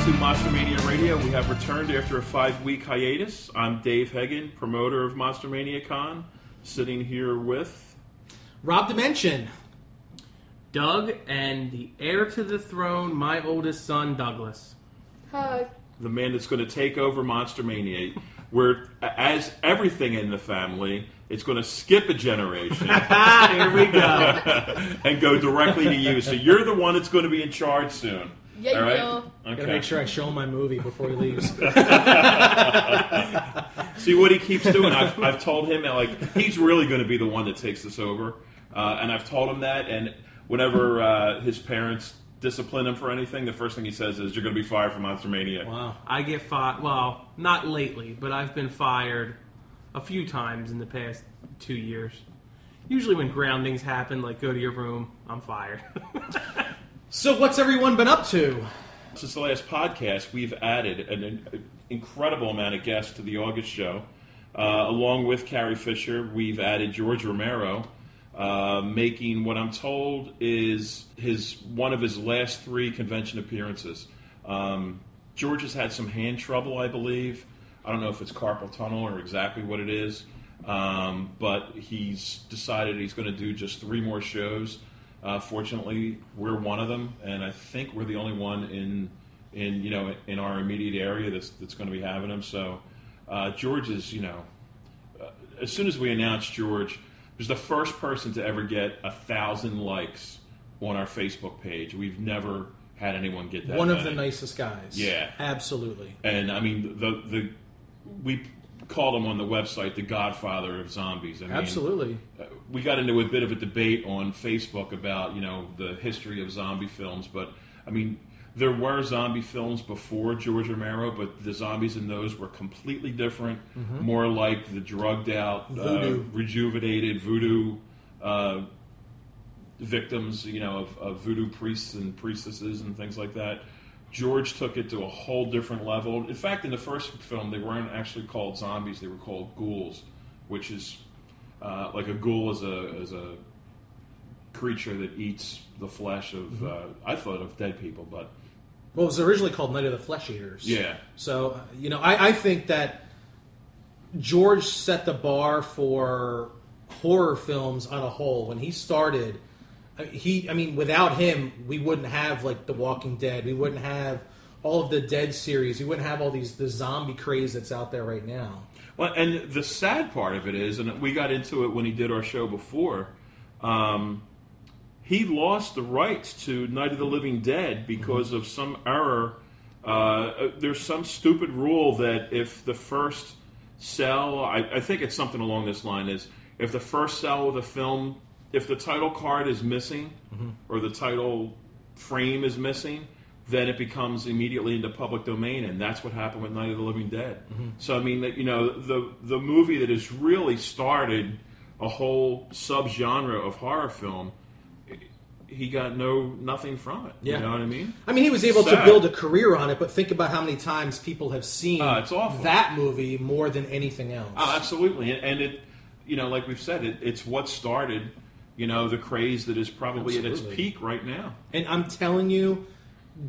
Monstermania Radio. We have returned after a five-week hiatus. I'm Dave Hegan, promoter of Monstermania Con, sitting here with Rob Dimension. Doug and the heir to the throne, my oldest son, Douglas. Hug. the man that's going to take over Monstermania. We're as everything in the family. It's going to skip a generation Ah, here we go. and go directly to you. So you're the one that's going to be in charge soon. Yeah, All right. yo. Okay. Gotta make sure I show him my movie before he leaves. See what he keeps doing. I've, I've told him that like he's really going to be the one that takes this over, uh, and I've told him that. And whenever uh, his parents discipline him for anything, the first thing he says is, "You're going to be fired from Monster Mania." wow. I get fired. Well, not lately, but I've been fired a few times in the past two years. Usually, when groundings happen, like go to your room, I'm fired. So what's everyone been up to? Since the last podcast, we've added an, an incredible amount of guests to the August show. Uh, along with Carrie Fisher, we've added George Romero, uh, making what I'm told is his one of his last three convention appearances. Um, George has had some hand trouble, I believe. I don't know if it's carpal tunnel or exactly what it is, um, but he's decided he's going to do just three more shows. Uh, fortunately, we're one of them, and I think we're the only one in in you know in our immediate area that's that's going to be having them. So uh, George is you know uh, as soon as we announced George, was the first person to ever get a thousand likes on our Facebook page. We've never had anyone get that. One of the many. nicest guys. Yeah. Absolutely. And I mean, the the we called him on the website the Godfather of Zombies. I mean, Absolutely. uh, we got into a bit of a debate on Facebook about you know the history of zombie films, but I mean there were zombie films before George Romero, but the zombies in those were completely different, more like the drugged out, uh, Voodoo. rejuvenated voodoo uh, victims, you know, of, of voodoo priests and priestesses and things like that. George took it to a whole different level. In fact, in the first film, they weren't actually called zombies; they were called ghouls, which is uh, like a ghoul is a is a creature that eats the flesh of uh, I thought of dead people, but Well, it was originally called Night of the Flesh Eaters. Yeah. So, uh, you know, I, I think that George set the bar for horror films on a whole. When he started, I- he, I mean, without him, we wouldn't have, like, The Walking Dead. We wouldn't have all of the Dead series. We wouldn't have all these, the zombie craze that's out there right now. Well, and the sad part of it is, and we got into it when he did our show before. Um, he lost the rights to Night of the Living Dead because of some error. Uh, uh, there's some stupid rule that if the first cell, I, I think it's something along this line, is if the first cell of the film, if the title card is missing or the title frame is missing, then it becomes immediately into public domain, and that's what happened with Night of the Living Dead. So I mean, that you know, the the movie that has really started a whole subgenre of horror film he got no nothing from it. Yeah. You know what I mean? I mean, he was able to Sad. build a career on it, but think about how many times people have seen Oh, it's awful. that movie more than anything else. Oh, absolutely. And, and it, you know, like we've said, it, it's what started, you know, the craze that is probably at its Absolutely. peak right now. And I'm telling you,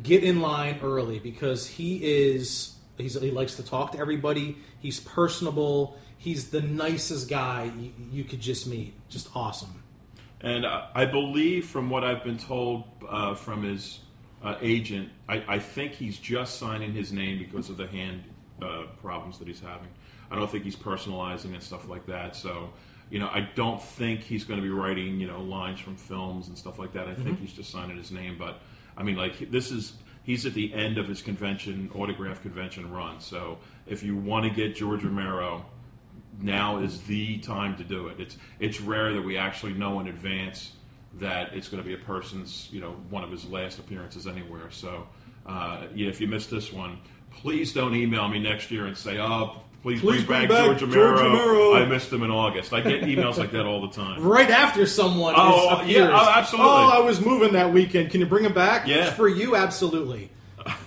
get in line early because he is he's, he likes to talk to everybody. He's personable. He's the nicest guy you, you could just meet. Just awesome. And I, I believe, from what I've been told uh, from his uh, agent, I, I think he's just signing his name because of the hand uh, problems that he's having. I don't think he's personalizing and stuff like that. So, you know, I don't think he's going to be writing, you know, lines from films and stuff like that. I think he's just signing his name. But, I mean, like, this is. He's at the end of his convention, autograph convention run. So if you want to get George Romero, now is the time to do it. It's it's rare that we actually know in advance that it's going to be a person's you know one of his last appearances anywhere. So uh, yeah, if you missed this one, please don't email me next year and say, "Oh, please, Please bring bring back, back George, Romero. George Romero." I missed him in August. I get emails like that all the time. Right after someone Oh, is, yeah, appears, oh, absolutely. Oh, I was moving that weekend. Can you bring him back? Yeah. for you, absolutely.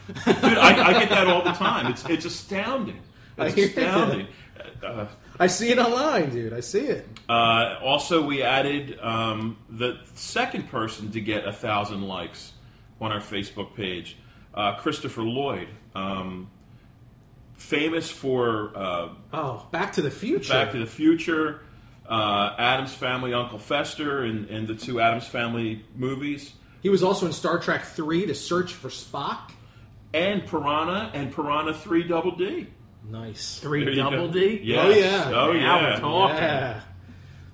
Dude, I, I get that all the time. It's it's astounding. I It's hear that. astounding. Uh, I see it online, dude. I see it. Uh, also, we added um, the second person to get a thousand likes on our Facebook page. uh, Christopher Lloyd, um, famous for uh, Oh, Back to the Future. Back to the Future, uh, Adam's Family, Uncle Fester, and, and the two Adam's Family movies, he was also in Star Trek Three: The Search for Spock. and Piranha and Piranha Three Double D. Nice. There Three you go. double D. Yes. Oh, yeah. Oh Oh, Now we're yeah. talking. Yeah,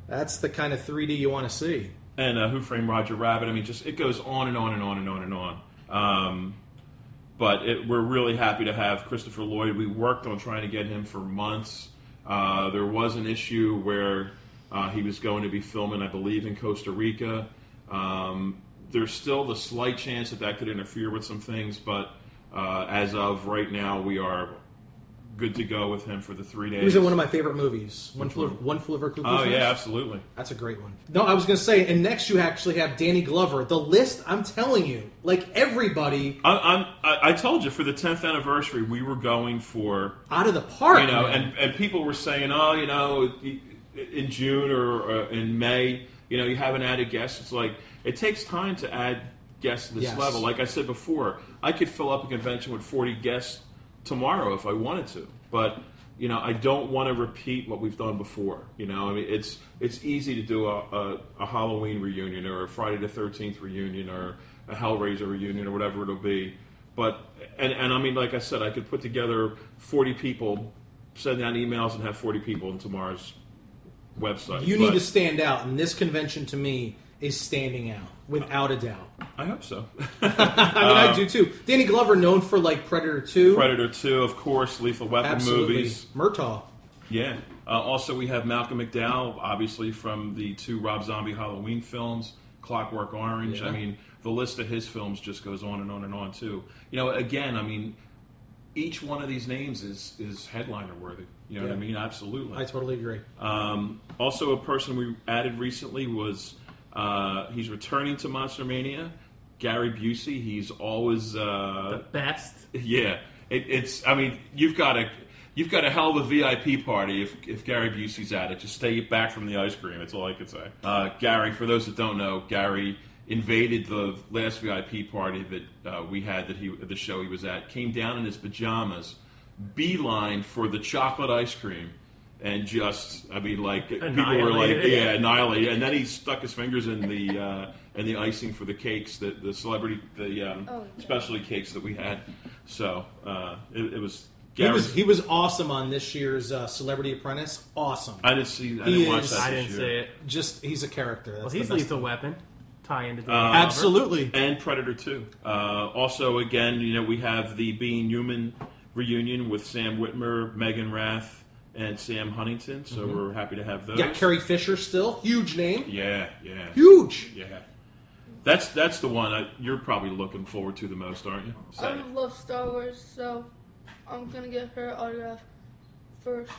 that's the kind of 3D you want to see. and uh, Who Framed Roger Rabbit. I mean, just it goes on and on and on and on and on. Um, but it, we're really happy to have Christopher Lloyd. We worked on trying to get him for months. Uh, there was an issue where uh, he was going to be filming, I believe, in Costa Rica. Um, there's still the slight chance that that could interfere with some things, but uh, as of right now, we are good to go with him for the three days. He was in one of my favorite movies, One Which Flew, one? One Flew Over Cuckoo's oh yeah, Nest. absolutely. That's a great one. No, I was going to say, and next you actually have Danny Glover. The list, I'm telling you, like everybody I'm, I'm, I I told you for the 10th anniversary, we were going for, out of the park. you know, man. and, and people were saying, oh, you know, in June or uh, in May, you know, you haven't added guests. It's like, it takes time to add guests to this Yes. level. Like I said before, I could fill up a convention with 40 guests tomorrow if I wanted to. But, you know, I don't want to repeat what we've done before. You know, I mean, it's it's easy to do a, a, a Halloween reunion or a Friday the 13th reunion or a Hellraiser reunion or whatever it'll be. But, and, and I mean, like I said, I could put together 40 people, send out emails, and have 40 people on tomorrow's website. you But need to stand out, and this convention to me is standing out without a doubt. I hope so. I mean, I do too. Danny Glover, known for like Predator Two, Uh, Predator 2, of course, Lethal Weapon absolutely, movies. Murtaugh. Yeah. Uh, also, we have Malcolm McDowell, obviously from the two Rob Zombie Halloween films, Clockwork Orange. Yeah. I mean, the list of his films just goes on and on and on too. You know, again, I mean, each one of these names is is headliner worthy. You know what I Yeah. mean? Absolutely. I totally agree. Um, also, a person we added recently was uh, he's returning to Monster Mania, Gary Busey. He's always uh, The best. yeah, it, it's. I mean, you've got a you've got a hell of a VIP party if if Gary Busey's at it. Just stay back from the ice cream. That's all I can say. Uh, Gary, for those that don't know, Gary invaded the last VIP party that uh, we had that he the show he was at. Came down in his pajamas, beeline for the chocolate ice cream. And just, I mean, like people were like, Annihilated. yeah, annihilated. And then he stuck his fingers in the uh, in the icing for the cakes, the the celebrity, the um, Oh, yeah. specialty cakes that we had. So uh, it, it was. He Gary, was he was awesome on this year's uh, Celebrity Apprentice. Awesome. I didn't see. I He didn't watch is- that. I this didn't year. say it. Just he's a character. That's Well, the he's best lethal weapon. Tie into the Uh, Absolutely. And Predator Two. Uh, also, again, you know, we have the Being Human reunion with Sam Whitmer, Megan Rath, and Sam Huntington. So we're happy to have those. Mm-hmm. Yeah, Carrie Fisher still huge name. Yeah, yeah, Huge. yeah. That's that's the one I, you're probably looking forward to the most, aren't you? I love Star Wars, so I'm gonna get her autograph first.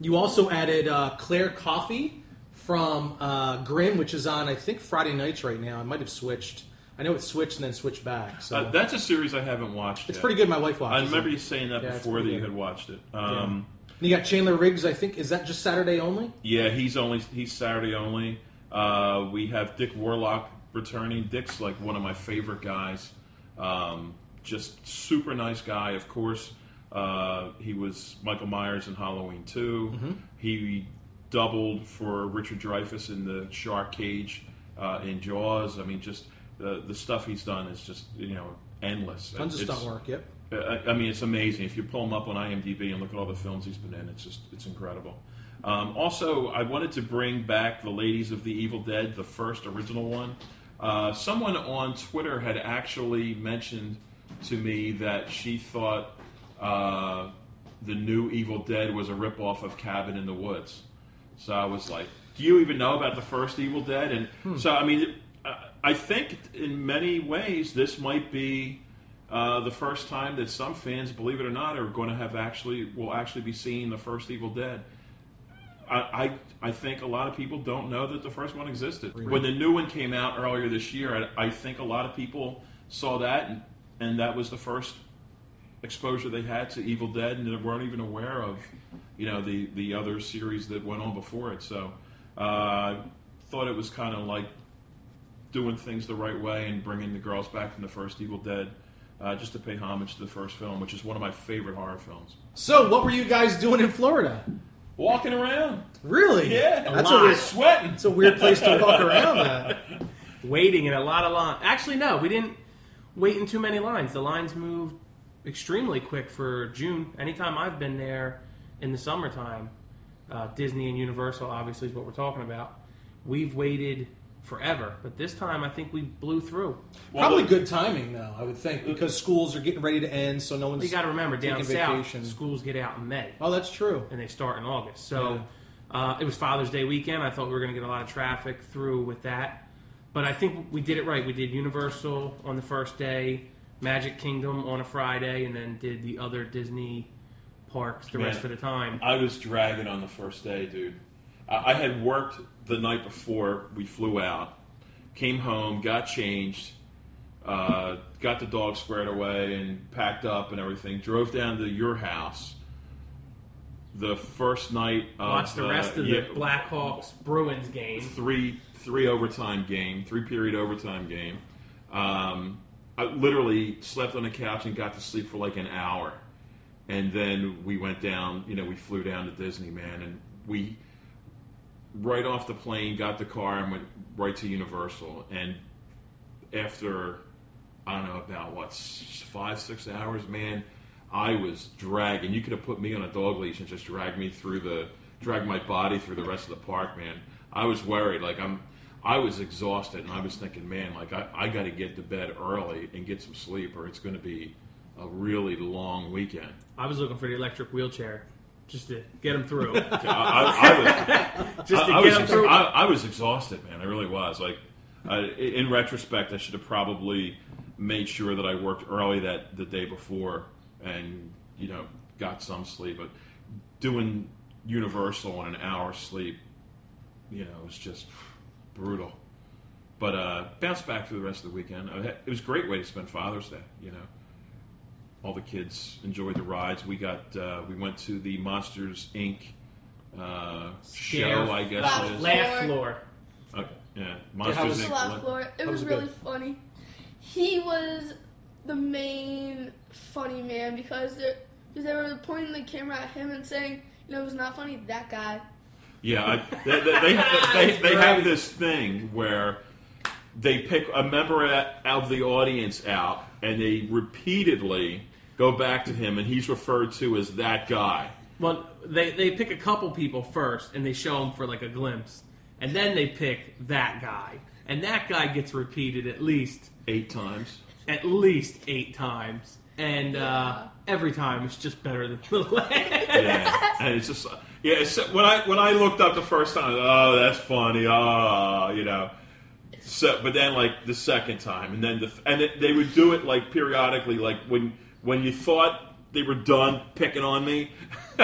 You also added uh, Claire Coffey from uh, Grimm, which is on I think Friday nights right now. I might have switched. I know it switched and then switched back. So Uh, that's a series I haven't watched. it's yet. pretty good. My wife watches. I remember it. you saying that Yeah, it's before that pretty you good. had watched it. Um, And you got Chandler Riggs. I think is that just Saturday only? Yeah, he's only he's Saturday only. Uh, we have Dick Warlock returning. Dick's like one of my favorite guys. Um, just super nice guy, of course. Uh, he was Michael Myers in Halloween 2. Mm-hmm. He doubled for Richard Dreyfuss in the Shark Cage uh, in Jaws. I mean, just the the stuff he's done is just you know endless. Tons of It's- stunt work. Yep. I I mean, it's amazing. If you pull him up on IMDb and look at all the films he's been in, it's just it's incredible. Um, also, I wanted to bring back the Ladies of the Evil Dead, the first original one. Uh, someone on Twitter had actually mentioned to me that she thought uh, the new Evil Dead was a ripoff of Cabin in the Woods. So I was like, "Do you even know about the first Evil Dead?" And so I mean, I- I think in many ways this might be uh, the first time that some fans, believe it or not, are going to have actually will actually be seeing the first Evil Dead. I, I I think a lot of people don't know that the first one existed. When the new one came out earlier this year, I, I think a lot of people saw that, and, and that was the first exposure they had to Evil Dead, and they weren't even aware of, you know, the the other series that went on before it. So, uh, I thought it was kind of like doing things the right way and bringing the girls back from the first Evil Dead uh, uh, just to pay homage to the first film, which is one of my favorite horror films. So, what were you guys doing in Florida? Walking around, Really? yeah, that's lot. a weird. sweating. It's a weird place to walk around. At. waiting in a lot of line. Actually, no, we didn't wait in too many lines. The lines moved extremely quick for June. Anytime I've been there in the summertime, uh, Disney and Universal obviously is what we're talking about. We've waited forever, but this time I think we blew through. Well, Probably look, good timing, though. I would think because schools are getting ready to end, so no one's. You got to remember, down Taking south, vacation. schools get out in May. oh, that's true. and they start in August. So uh, it was Father's Day weekend. I thought we were going to get a lot of traffic through with that, but I think we did it right. We did Universal on the first day, Magic Kingdom on a Friday, and then did the other Disney parks the Man. rest of the time. I was dragging on the first day, dude. I, I had worked the night before we flew out, came home, got changed, uh, got the dog squared away, and packed up and everything. Drove down to your house. The first night, of Watched the rest of the yeah, Blackhawks Bruins game. three three overtime game, three period overtime game. Um, I literally slept on the couch and got to sleep for like an hour, and then we went down. You know, we flew down to Disney, man, and we right off the plane got the car and went right to Universal. And after I don't know about what s- five six hours, man. I was dragging. You could have put me on a dog leash and just dragged me through the, dragged my body through the rest of the park, man. I was worried. Like I'm, I was exhausted, and I was thinking, man, like I, I got to get to bed early and get some sleep, or it's going to be a really long weekend. I was looking for the electric wheelchair just to get them through. I, I, I was. just to I, I get was, them ex- through. I, I was exhausted, man. I really was. Like, I, in retrospect, I should have probably made sure that I worked early that the day before and you know got some sleep. But doing Universal on an hour's sleep, you know, was just brutal. But uh, bounced back for the rest of the weekend. I had- It was a great way to spend Father's Day. You know, all the kids enjoyed the rides. We got uh, we went to the Monsters Inc. Uh, Scare show, I guess. Laugh it is. Laugh floor. floor. Okay. Yeah. how Monsters was- The Inc. last one- floor. It How was was it really good? funny. He was the main funny man because they because they were pointing the camera at him and saying, you know, it was not funny. That guy. Yeah. I, they, they, they, they, they Right. have this thing where they pick a member at- of the audience out and they repeatedly go back to him and he's referred to as that guy. Well, they, they pick a couple people first, and they show them for like a glimpse, and then they pick that guy, and that guy gets repeated at least Eight times. at least eight times, and uh, Yeah. every time it's just better than the last. Yeah. and it's just yeah. It's, when I when I looked up the first time, oh, that's funny. Oh, you know. So, but then like the second time, and then the and it, they would do it like periodically, like when when you thought they were done picking on me,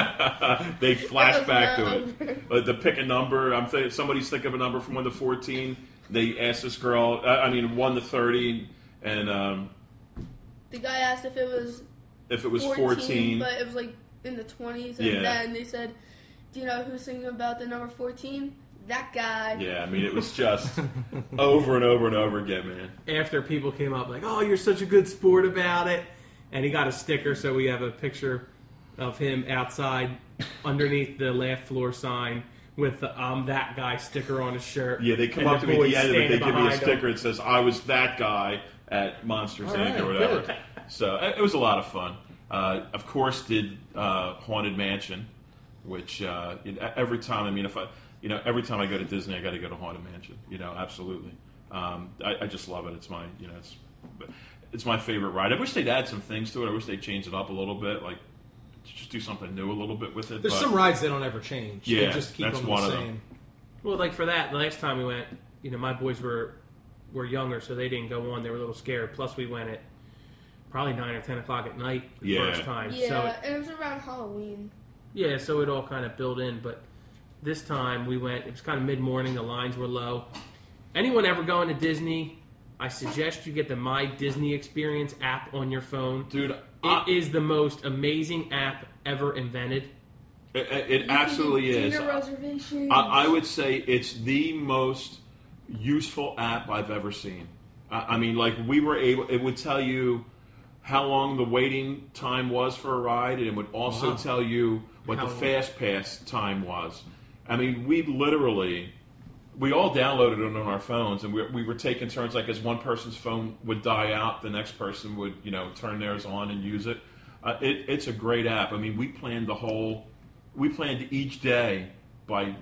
they flash back to it. Uh, the pick a number. I'm thinking somebody's think of a number from one to fourteen. They asked this girl, I, I mean one to thirty, and um, The guy asked if it was if it was 14, fourteen, but it was like in the 20s. And Yeah. then they said, do you know who's singing about the number 14? That guy. yeah, I mean it was just over and over and over again, man. After people came up like, "Oh, you're such a good sport about it," and he got a sticker, so we have a picture of him outside underneath the laugh floor sign with the "I'm that guy" sticker on his shirt. Yeah, they come And up the to me at boys the end of it. They standing give me a behind him. sticker that says "I was that guy" at Monsters All Inc. right, or whatever. good. So it it was a lot of fun. Uh, of course, did uh, Haunted Mansion, which uh, you know, every time I mean, if I you know every time I go to Disney, I got to go to Haunted Mansion. You know, absolutely. Um, I, I just love it. It's my you know it's it's my favorite ride. I wish they'd add some things to it. I wish they'd change it up a little bit, like just do something new a little bit with it. There's but- some rides they don't ever change. Yeah, they just keep that's them one the of same. them. Well, like for that, the next time we went, you know, my boys were were younger, so they didn't go on. They were a little scared. Plus, we went at probably nine or ten o'clock at night the Yeah. first time. Yeah, So it, and it was around Halloween. yeah, so it all kind of built in. But this time we went. It was kind of mid morning. The lines were low. Anyone ever going to Disney? I suggest you get the My Disney Experience app on your phone. dude. I- It is the most amazing app ever invented. it, it absolutely you can do is. Dinner reservations. I, I would say it's the most useful app I've ever seen. I, I mean, like we were able, it would tell you how long the waiting time was for a ride, and it would also Wow. tell you what How the long. fast pass time was. I mean, we literally we all downloaded it on our phones, and we, we were taking turns. Like as one person's phone would die out, the next person would you know turn theirs on and use it. Uh, it it's a great app. I mean, we planned the whole we planned each day by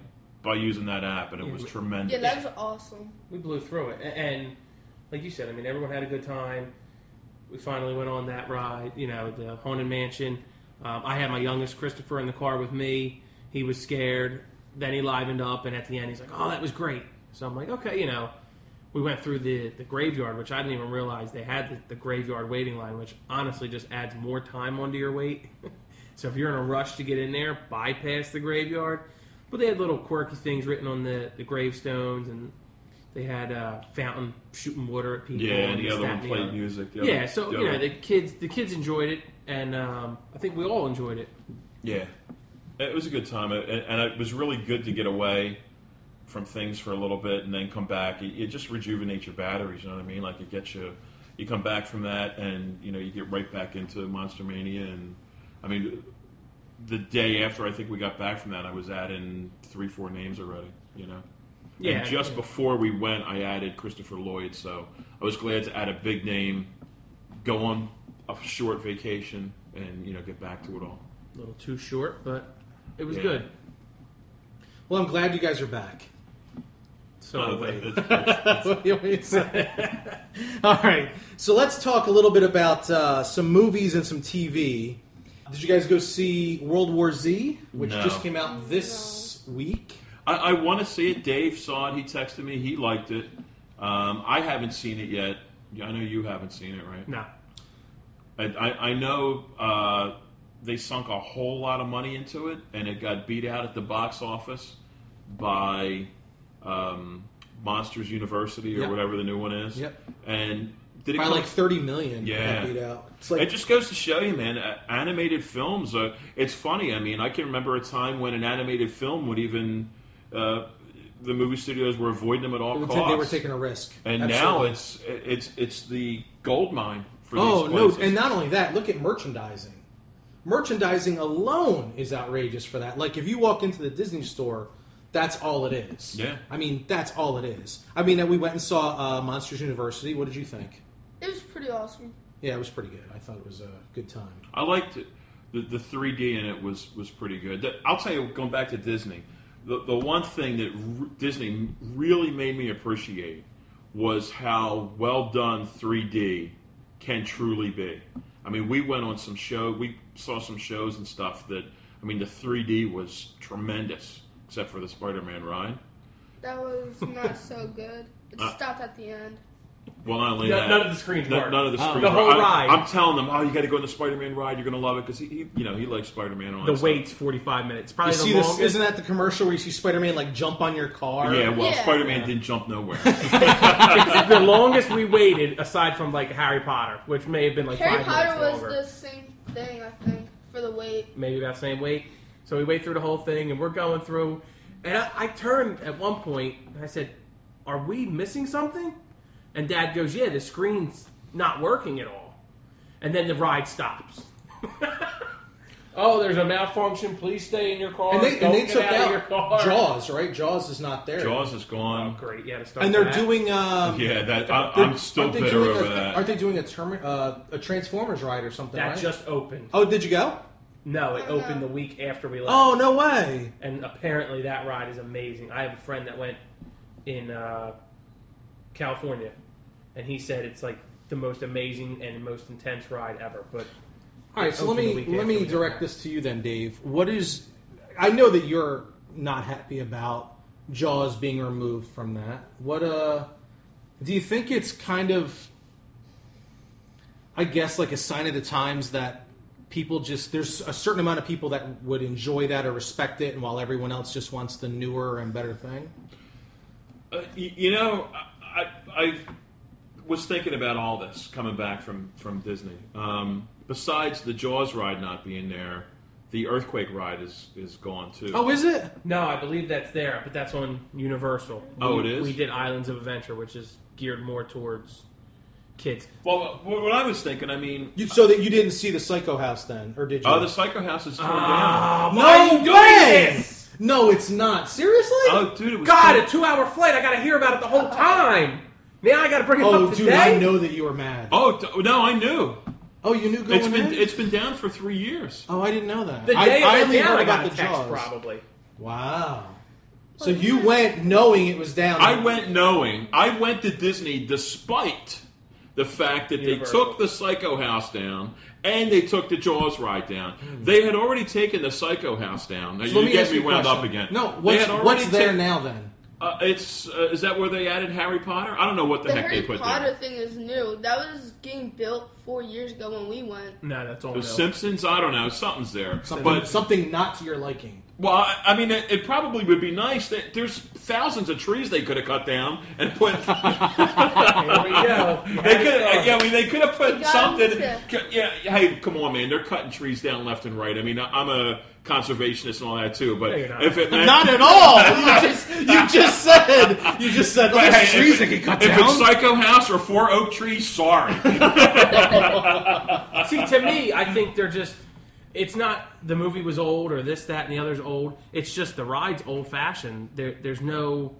by using that app, and it Yeah, was we- tremendous. Yeah, that was awesome. we blew through it, A- and like you said, I mean, everyone had a good time. We finally went on that ride, you know, the Haunted Mansion. Um, I had my youngest Christopher in the car with me. He was scared. Then he livened up, and at the end, he's like, "Oh, that was great." So I'm like, "Okay, you know." We went through the, the graveyard, which I didn't even realize they had the, the graveyard waiting line, which honestly just adds more time onto your wait. so if you're in a rush to get in there, bypass the graveyard. But they had little quirky things written on the, the gravestones and they had uh, fountain shooting water at people. Yeah, and the this, other that, one and the played other. music. The Yeah, other- so the you know other- the kids the kids enjoyed it, and um, I think we all enjoyed it. yeah, it was a good time, and, and it was really good to get away from things for a little bit and then come back. It, it just rejuvenates your batteries. You know what I mean? Like it gets you. You come back from that, and you know you get right back into Monster Mania. And I mean, the day after I think we got back from that, I was adding three, four names already. You know. Yeah, and just yeah. before we went, I added Christopher Lloyd, so I was glad to add a big name, go on a short vacation, and you know get back to it all. A little too short, but it was Yeah. good. Well, I'm glad you guys are back. So Uh, wait. that- that's- What do you mean? All right, so let's talk a little bit about uh, some movies and some TV. Did you guys go see World War Z, which No. just came out this week? I, I want to see it. Dave saw it. He texted me. He liked it. Um, I haven't seen it yet. Yeah, I know you haven't seen it, right? no, I, I, I know uh, they sunk a whole lot of money into it, and it got beat out at the box office by um, Monsters University or Yep. whatever the new one is. Yep. And did it By come- like 30 million. it got Yeah. beat out. It's like it just goes to show you, man. uh, Animated films are. It's funny. I mean, I can remember a time when an animated film would even. Uh, the movie studios were avoiding them at all they were ta- costs. they were taking a risk. and now Absolutely. it's it's it's the gold mine for Oh these no! places. And not only that, look at merchandising. Merchandising alone is outrageous for that. Like if you walk into the Disney store, that's all it is. Yeah. I mean, that's all it is. I mean, we went and saw uh, Monsters University. What did you think? It was pretty awesome. Yeah, it was pretty good. I thought it was a good time. I liked it. The, the 3D in it was, was pretty good. The- I'll tell you, going back to Disney, the, the one thing that r- Disney really made me appreciate was how well done 3D can truly be. I mean, we went on some show, we saw some shows and stuff that, I mean, the 3D was tremendous, except for the Spider Man ride. That was not so good. It Uh, stopped at the end. Well, not only No- that, none of the screens no- work. None of the Oh. screens The whole work. ride. I'm, I'm telling them, oh, you got to go on the Spider-Man ride. You're gonna love it because he, he, you know, he likes Spider-Man. On the wait's forty five minutes. You Probably see the this? longest. Isn't that the commercial where you see Spider-Man like jump on your car? Yeah, well, Yeah. Spider-Man Yeah. didn't jump nowhere. It's the longest we waited, aside from like Harry Potter, which may have been like Harry five Potter minutes was longer. the same thing, I think, for the wait. maybe about the same weight. So we wait through the whole thing, and we're going through. And I, I turned at one point, and I said, "Are we missing something?" And Dad goes, "Yeah, the screen's not working at all." And then the ride stops. oh, there's a malfunction. Please stay in your car. And they, Don't and they get took out, of your out car. Jaws, right? Jaws is not there. Jaws is Oh, gone. great. Yeah, to start And they're that. doing. Um, Yeah, that I, they're- I'm still aren't they bitter doing over a, that. Aren't they doing a, term, uh, a Transformers ride or something? that right? just opened. Oh, did you go? No, it Oh, no. opened the week after we left. Oh no way! and apparently that ride is amazing. I have a friend that went in uh, California, and he said it's like the most amazing and most intense ride ever. But All right, so Open let the me weekend let for me me. direct this to you then, Dave. What is? I know that you're not happy about Jaws being removed from that. What uh? Do you think it's kind of? I guess like a sign of the times that people just there's a certain amount of people that would enjoy that or respect it, and while everyone else just wants the newer and better thing. Uh, y- you know, I, I, I was thinking about all this coming back from from Disney. Um, besides the Jaws ride not being there, the earthquake ride is is gone too. Oh, is it? no, I believe that's there, but that's on Universal. Oh, We- it is? We did Islands of Adventure, which is geared more towards kids. Well, what what I was thinking, I mean, You, so that you didn't see the Psycho House then, or did you? oh, the Psycho House is torn Ah, down. why are you no doing way! this? No, it's not. Seriously? Oh, dude, it was God, torn- a two-hour flight. I got to hear about it the whole time. Now I got to bring it oh, up dude, today. I know that you were mad. Oh, Oh t- no, I knew. you knew going It's been in? it's been down for three years. oh, I didn't know that. The day I, it I went only down, heard I about got a the text Jaws. probably. Wow. So Well, you yeah. went knowing it was down. I went knowing. I went to Disney despite the fact that Universal. they took the Psycho House down and they took the Jaws ride down. They had already taken the Psycho House down. Now, So you let me get ask me you a wound question. up again. No, They what's, had already what's there ta- now then? Uh, it's uh, is that where they added Harry Potter? I don't know what the, The heck Harry they put Potter there. thing is new. That was getting built four years ago when we went. No, that's all. The Simpsons? I don't know. Something's there. Something, But something not to your liking. Well, I I mean, it, it probably would be nice that there's thousands of trees they could have cut down and put. they could, Here we go. uh, yeah, I mean, they could have You put got 'em something. too. Yeah, hey, come on, man, they're cutting trees down left and right. I mean, I- I'm a conservationist and all that too, but No, you're not. if it meant, Not at all. You just, you just said you just said but "Oh, hey, there's trees if, that it- can cut if down. it's Psycho House or four oak trees, sorry. See, to me, I think they're just. It's not the movie was old or this, that, and the other's old. It's just the ride's old fashioned. There, there's no.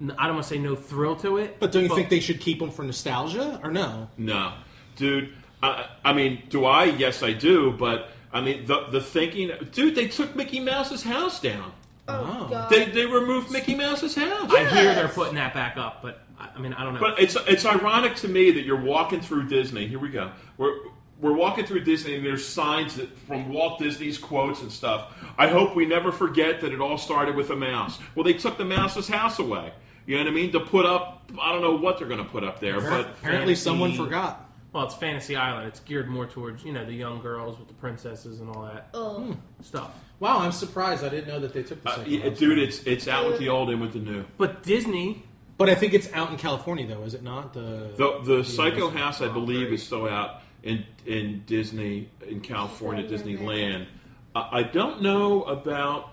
I don't want to say no thrill to it. but don't you think they should keep them for nostalgia or no? No, dude. I, I mean, do I? Yes, I do. But I mean, the the thinking, dude. They took Mickey Mouse's house down. Oh Wow. god. They they removed Mickey Mouse's house. I hear they're Yes. putting that back up, but I, I mean, I don't know. But it's it's ironic to me that you're walking through Disney. Here we go. We're we're walking through Disney and there's signs that, from Walt Disney's quotes and stuff. I hope we never forget that it all started with a mouse. Well, they took the mouse's house away. You know what I mean? To put up, I don't know what they're going to put up there, but Apparently, someone Fantasy. forgot. well, it's Fantasy Island. It's geared more towards you know the young girls with the princesses and all that Hmm. Oh. stuff. Wow, I'm surprised. I didn't know that they took the uh, second. yeah, one. dude, it's it's out with the old and with the new. But Disney, but I think it's out in California, though, is it not? The, The the Psycho House, I believe, is still out in in Disney in California Disneyland. I, I don't know about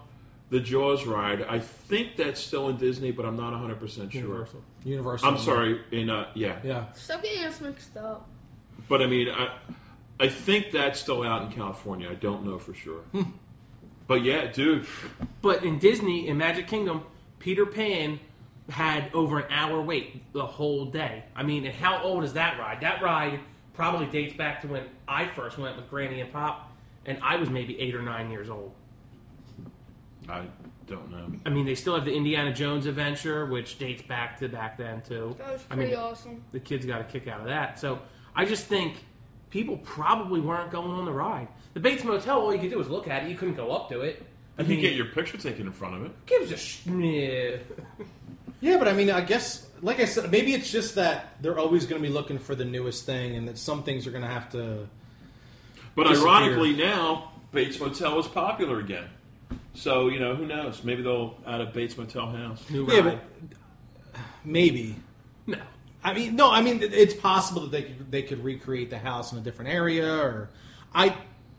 the Jaws ride. I think that's still in Disney, but I'm not 100 percent sure. Universal. Universal. I'm sorry. In uh, yeah. Yeah. Stop getting us mixed up. but I mean, I I think that's still out in California. I don't know for sure. But yeah, dude, But in Disney, in Magic Kingdom, Peter Pan had over an hour wait the whole day. I mean, and how old is that ride? That ride probably dates back to when I first went with Granny and Pop, and I was maybe eight or nine years old. I don't know. I mean, they still have the Indiana Jones adventure, which dates back to back then too. That was I pretty mean, awesome. the kids got a kick out of that. So I just think people probably weren't going on the ride. The Bates Motel, all you could do was look at it. You couldn't go up to it. I You can mean, get your picture taken in front of it. gives a sh- meh. Yeah, but I mean, I guess, like I said, maybe it's just that they're always going to be looking for the newest thing, and that some things are going to have to. But Disappear. ironically, now Bates Motel is popular again. So you know, who knows? Maybe they'll add a Bates Motel house. new ride. Yeah, but maybe. no. I mean, no, I mean, it- it's possible that they could, they could recreate the house in a different area, or I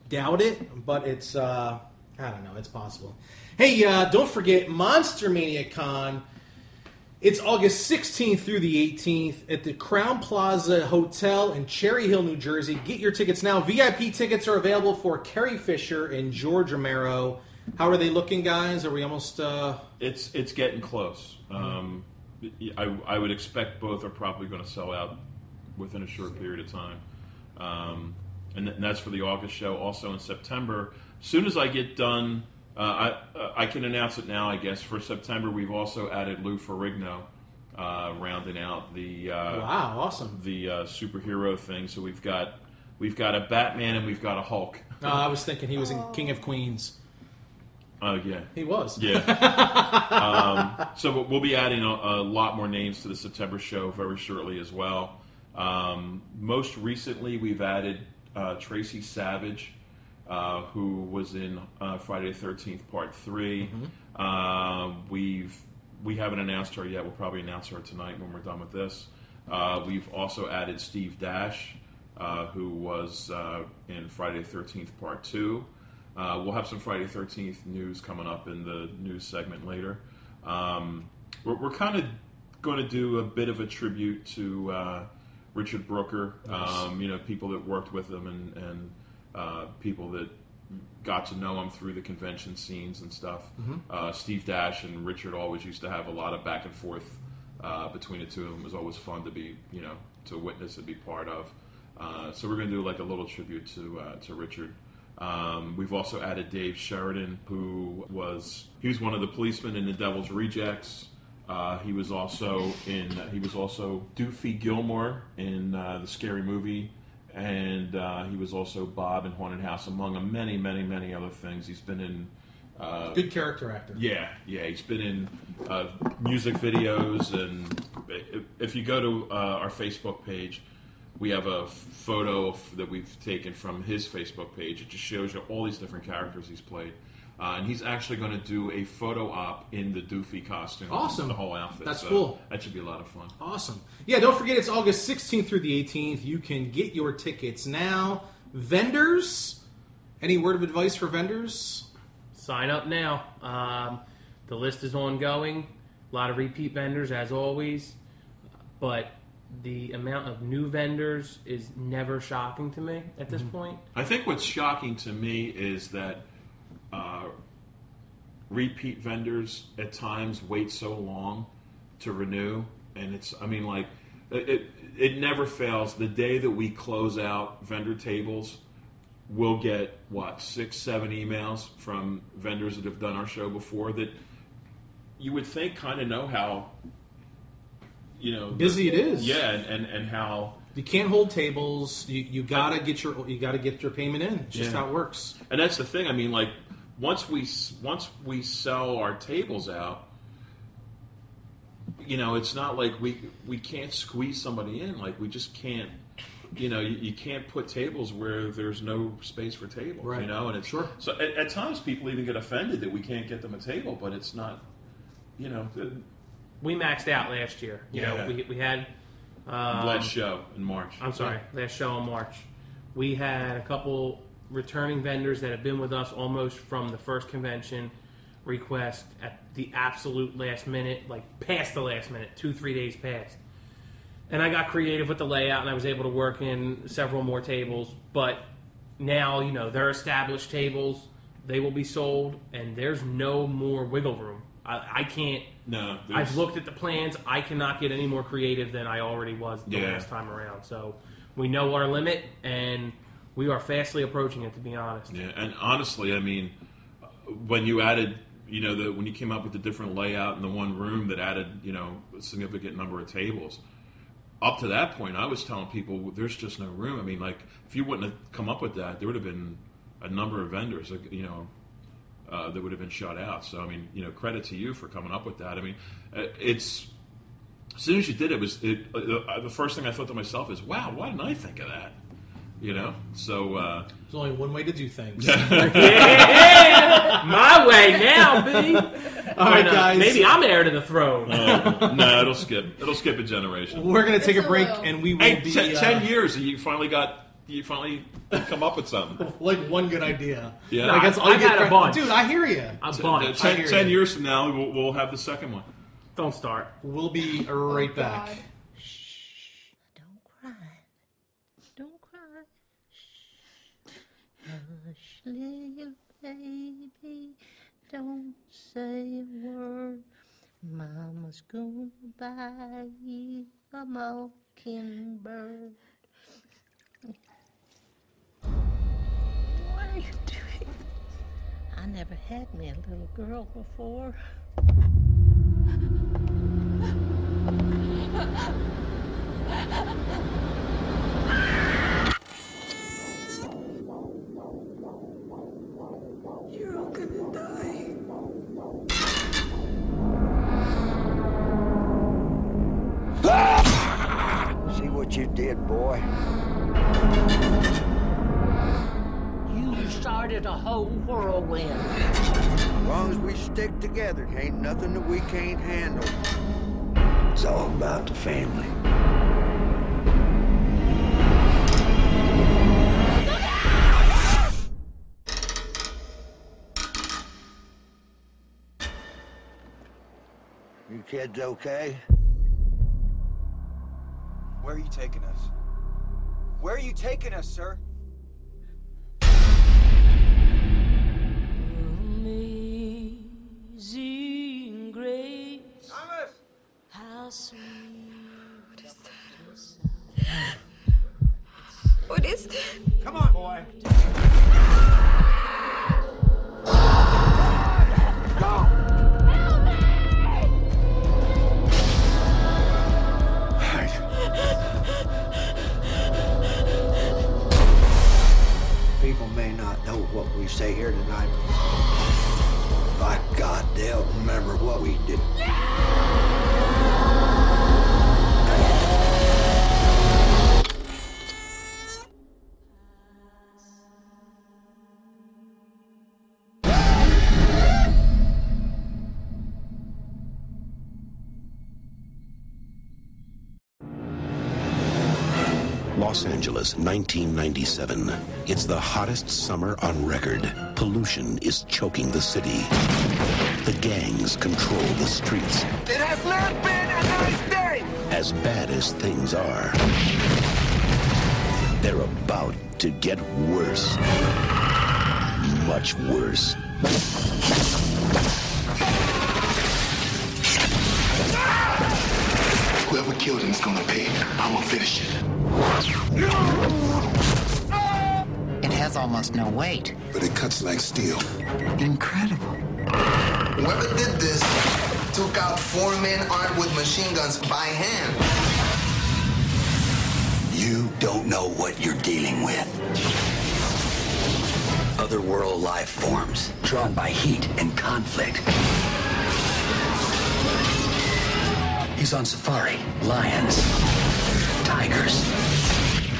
doubt it, but it's uh, I don't know, it's possible. Hey, uh, don't forget Monster Mania Con. It's August 16th through the 18th at the Crown Plaza Hotel in Cherry Hill, New Jersey. Get your tickets now. VIP tickets are available for Carrie Fisher and George Romero. How are they looking, guys? Are we almost? Uh, It's it's getting close. Um, I, I would expect both are probably going to sell out within a short period of time, um, and, th- and that's for the August show. Also in September, as soon as I get done, uh, I uh, I can announce it now. I guess for September we've also added Lou Ferrigno, uh, rounding out the uh, wow, awesome! the uh, superhero thing. So we've got we've got a Batman and we've got a Hulk. Uh, I was thinking he was in King of Queens. Oh yeah, He was. yeah. um, so we'll- we'll be adding a, a lot more names to the September show very shortly as well. Um, most recently, we've added uh, Tracy Savage, uh, who was in uh, Friday the Thirteenth Part 3 Uh, we've we haven't announced her yet. We'll probably announce her tonight when we're done with this. Uh, we've also added Steve Dash, uh, who was uh, in Friday the Thirteenth Part Two. Uh, we'll have some Friday Thirteenth news coming up in the news segment later. Um, we're we're kind of going to do a bit of a tribute to uh, Richard Brooker, Nice. um, you know, people that worked with him and, and uh, people that got to know him through the convention scenes and stuff. Uh, Steve Dash and Richard always used to have a lot of back and forth uh, between the two of them. It was always fun to be, you know, to witness and be part of. Uh, so we're going to do like a little tribute to uh, to Richard. Um, we've also added Dave Sheridan, who was he was one of the policemen in The Devil's Rejects. Uh, he was also in he was also Doofy Gilmore in uh, the Scary Movie, and uh, he was also Bob in Haunted House, among many many many other things. He's been in uh, Good character actor. yeah, yeah, he's been in uh, music videos, and i- if you go to uh, our Facebook page, we have a photo of, that we've taken from his Facebook page. It just shows you all these different characters he's played, uh, and he's actually going to do a photo op in the Doofy costume. Awesome. the whole outfit. That's so cool. That should be a lot of fun. Awesome. Yeah, don't forget it's August 16th through the 18th. You can get your tickets now. Vendors, any word of advice for vendors? Sign up now. Um, the list is ongoing. A lot of repeat vendors, as always. But the amount of new vendors is never shocking to me at this point. I think what's shocking to me is that uh, repeat vendors at times wait so long to renew, and it's I mean like it it, it never fails. The day that we close out vendor tables, we'll get what six seven emails from vendors that have done our show before that you would think kind of know how you know Busy it is. yeah and, and and how You can't hold tables. You, you gotta get your you gotta get your payment in. It's just Yeah. how it works. And that's the thing. I mean, like once we once we sell our tables out, you know, it's not like we we can't squeeze somebody in. Like we just can't. You know, you, you can't put tables where there's no space for tables. Right. You know, and it's Sure. So at, at times people even get offended that we can't get them a table, but it's not. You know, the We maxed out last year. You Yeah. know, we, we had. Um, last show in March. I'm sorry, last show in March. We had a couple returning vendors that have been with us almost from the first convention request at the absolute last minute, like past the last minute, two, three days past. And I got creative with the layout and I was able to work in several more tables. But now, you know, they're established tables, they will be sold, and there's no more wiggle room. I, I can't. no, I've there's- looked at the plans. I cannot get any more creative than I already was the Yeah. last time around. So we know our limit, and we are fastly approaching it. To be honest, Yeah, and honestly, I mean, when you added, you know, the when you came up with the different layout in the one room that added, you know, a significant number of tables. Up to that point, I was telling people there's just no room. I mean, like if you wouldn't have come up with that, there would have been a number of vendors, like, you know, uh, that would have been shut out. So I mean, you know, credit to you for coming up with that. I mean, uh, it's as soon as you did it was it, uh, uh, the first thing I thought to myself is, wow, why didn't I think of that? You know, so. Uh, There's only one way to do things. Yeah! my way now, B. All right, guys. Maybe I'm heir to the throne. Uh, no, it'll skip. It'll skip a generation. We're gonna take It's a a break little- and we will Hey, be ten, uh, ten years, and you finally got, you finally come up with something. like one good idea. Yeah. like that's all I you get got a credit- bunch. Dude, I hear you. A Ten, bunch. hear ten you. years from now, we'll, we'll have the second one. Don't start. We'll be right Oh, back. God. Don't cry. Don't cry. Hush, little baby. Don't say a word. Mama's gonna buy you a mockingbird. What are you doing? I never had me a little girl before. You're all gonna die. See what you did, boy. You started a whole whirlwind. As long as we stick together, ain't nothing that we can't handle. It's all about the family. You kids okay? Where are you taking us? Where are you taking us, sir? Amazing grace, Thomas! how sweet What is that? Come on, boy! Hide. People may not know what we say here tonight. By God, they'll remember what we did. Los Angeles, 1997. It's the hottest summer on record. Pollution is choking the city. The gangs control the streets. It has not been a nice day! As bad as things are, they're about to get worse. Much worse. Whoever killed him is gonna pay. I'm gonna finish it. It has almost no weight. But it cuts like steel. Incredible. Whoever did this took out four men armed with machine guns by hand. You don't know what you're dealing with. Otherworld life forms, drawn by heat and conflict. He's on safari. Lions, tigers,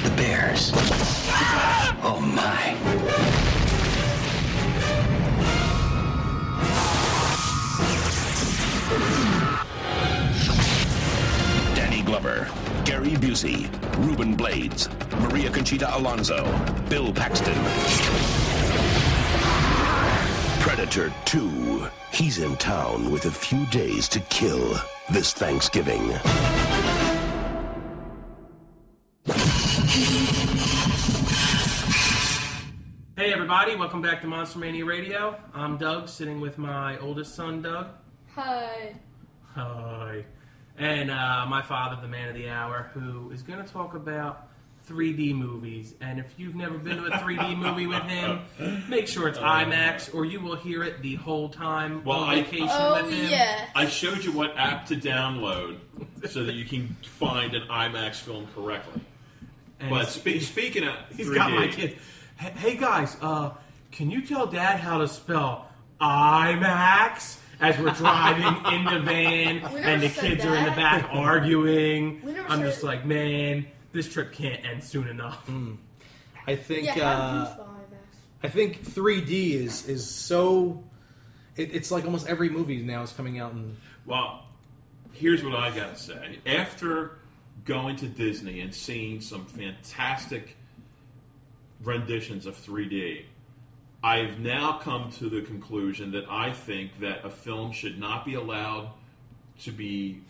the bears. Oh my. Danny Glover, Gary Busey, Ruben Blades, Maria Conchita Alonso, Bill Paxton. Predator 2. He's in town with a few days to kill this Thanksgiving. Hey everybody, welcome back to Monster Mania Radio. I'm Doug, sitting with my oldest son, Doug. Hi. Hi. And uh, my father, the man of the hour, who is going to talk about 3D movies. And if you've never been to a 3D movie with him, make sure it's IMAX, or you will hear it the whole time Well, on I- vacation Oh with him. yeah. I showed you what app to download so that you can find an IMAX film correctly. And But he's- spe- speaking of he's 3D, got my kids. Hey, hey guys, uh, can you tell Dad how to spell IMAX? As we're driving in the van, We never and the said kids are in the that. back arguing. We never I'm said- just like, man, this trip can't end soon enough. I think yeah. how do you uh, spell IMAX? I think 3D is is so. It, it's like almost every movie now is coming out in Well, here's what I gotta say. After going to Disney and seeing some fantastic renditions of 3D, I've now come to the conclusion that I think that a film should not be allowed to be.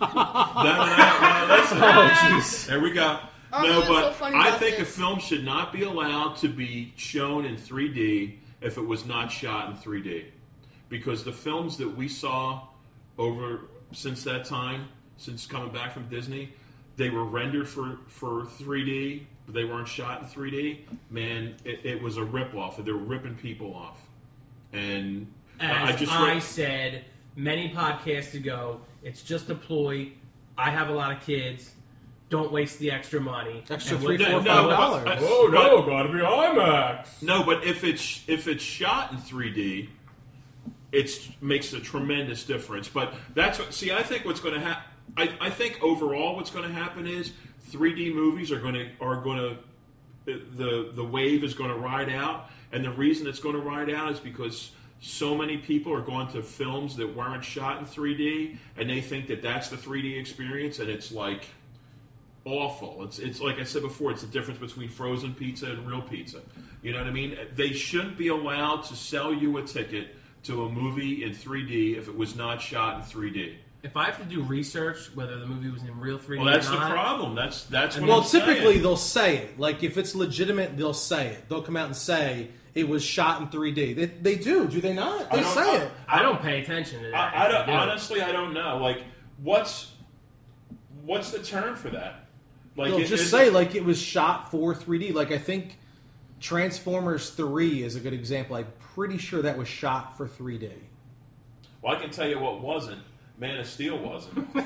no, no, no, no, listen. There we go. Oh, no, what's so but funny I about think a this? film should not be allowed to be shown in 3D if it was not shot in 3D. Because the films that we saw over since that time, since coming back from Disney, they were rendered for, for 3D, but they weren't shot in 3D. Man, it, it was a ripoff. They were ripping people off. And As I just I read- said many podcasts ago, it's just a ploy. I have a lot of kids. Don't waste the extra money. extra And three, what- no, four, no, five but- dollars. I- Oh no, gotta be IMAX. No, but if it's if it's shot in 3D, it makes a tremendous difference. But that's what. See, I think what's going to happen. I, I think overall, what's going to happen is 3D movies are going to are going to the the wave is going to ride out, and the reason it's going to ride out is because so many people are going to films that weren't shot in 3D, and they think that that's the 3D experience, and it's like awful. It's it's like I said before. It's the difference between frozen pizza and real pizza. You know what I mean? They shouldn't be allowed to sell you a ticket to a movie in 3D if it was not shot in 3D. If I have to do research whether the movie was in real 3D Well, that's or the not, problem. That's that's what well, I'm saying. typically they'll say it. Like if it's legitimate, they'll say it. They'll come out and say it was shot in 3D. They, they do, do they not? They don't- say I- it. I don't pay attention to that. I, I if don't, do. honestly, I don't know. Like, what's what's the term for that? they'll it- just it- say like it was shot for 3D. Like I think Transformers 3 is a good example. I'm pretty sure that was shot for 3D. Well, I can tell you what wasn't. Man of Steel wasn't. the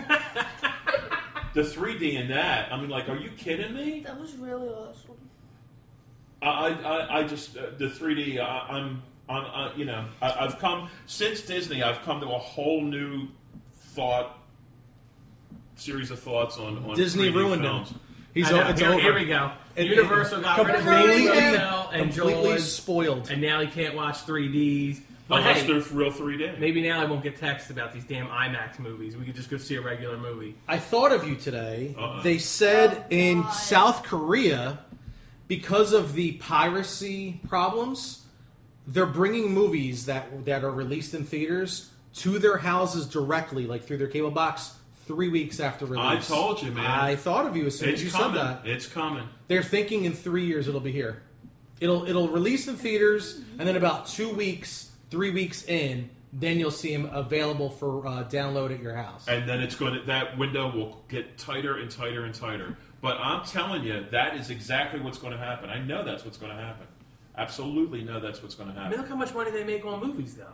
3D in that. I mean, like, are you kidding me? That was really awesome. I, I, I- I just uh, the 3D. I, I'm, I'm, I, you know, I, I've come since Disney. I've come to a whole new thought series of thoughts on, on Disney 3D ruined films. him. He's I know. o- it's here, over. here we go. It- Universal it- got rid of completely- Holy Hotel and completely Jaws. spoiled. and now you can't watch 3Ds. But Unless hey, they're real 3D. maybe now I won't get texts about these damn IMAX movies. We could just go see a regular movie. I thought of you today. Uh-uh. They said in South Korea, because of the piracy problems, they're bringing movies that that are released in theaters to their houses directly, like through their cable box, three weeks after release. I told you, man. I thought of you as soon as you it's coming. said that. It's coming. They're thinking in three years it'll be here. It'll it'll release in theaters, and then about two weeks, three weeks in, then you'll see them available for uh, download at your house. and then it's going to that window will get tighter and tighter and tighter. But I'm telling you, that is exactly what's going to happen. I know that's what's going to happen. Absolutely know that's what's going to I mean, happen. look how much money they make on movies, though.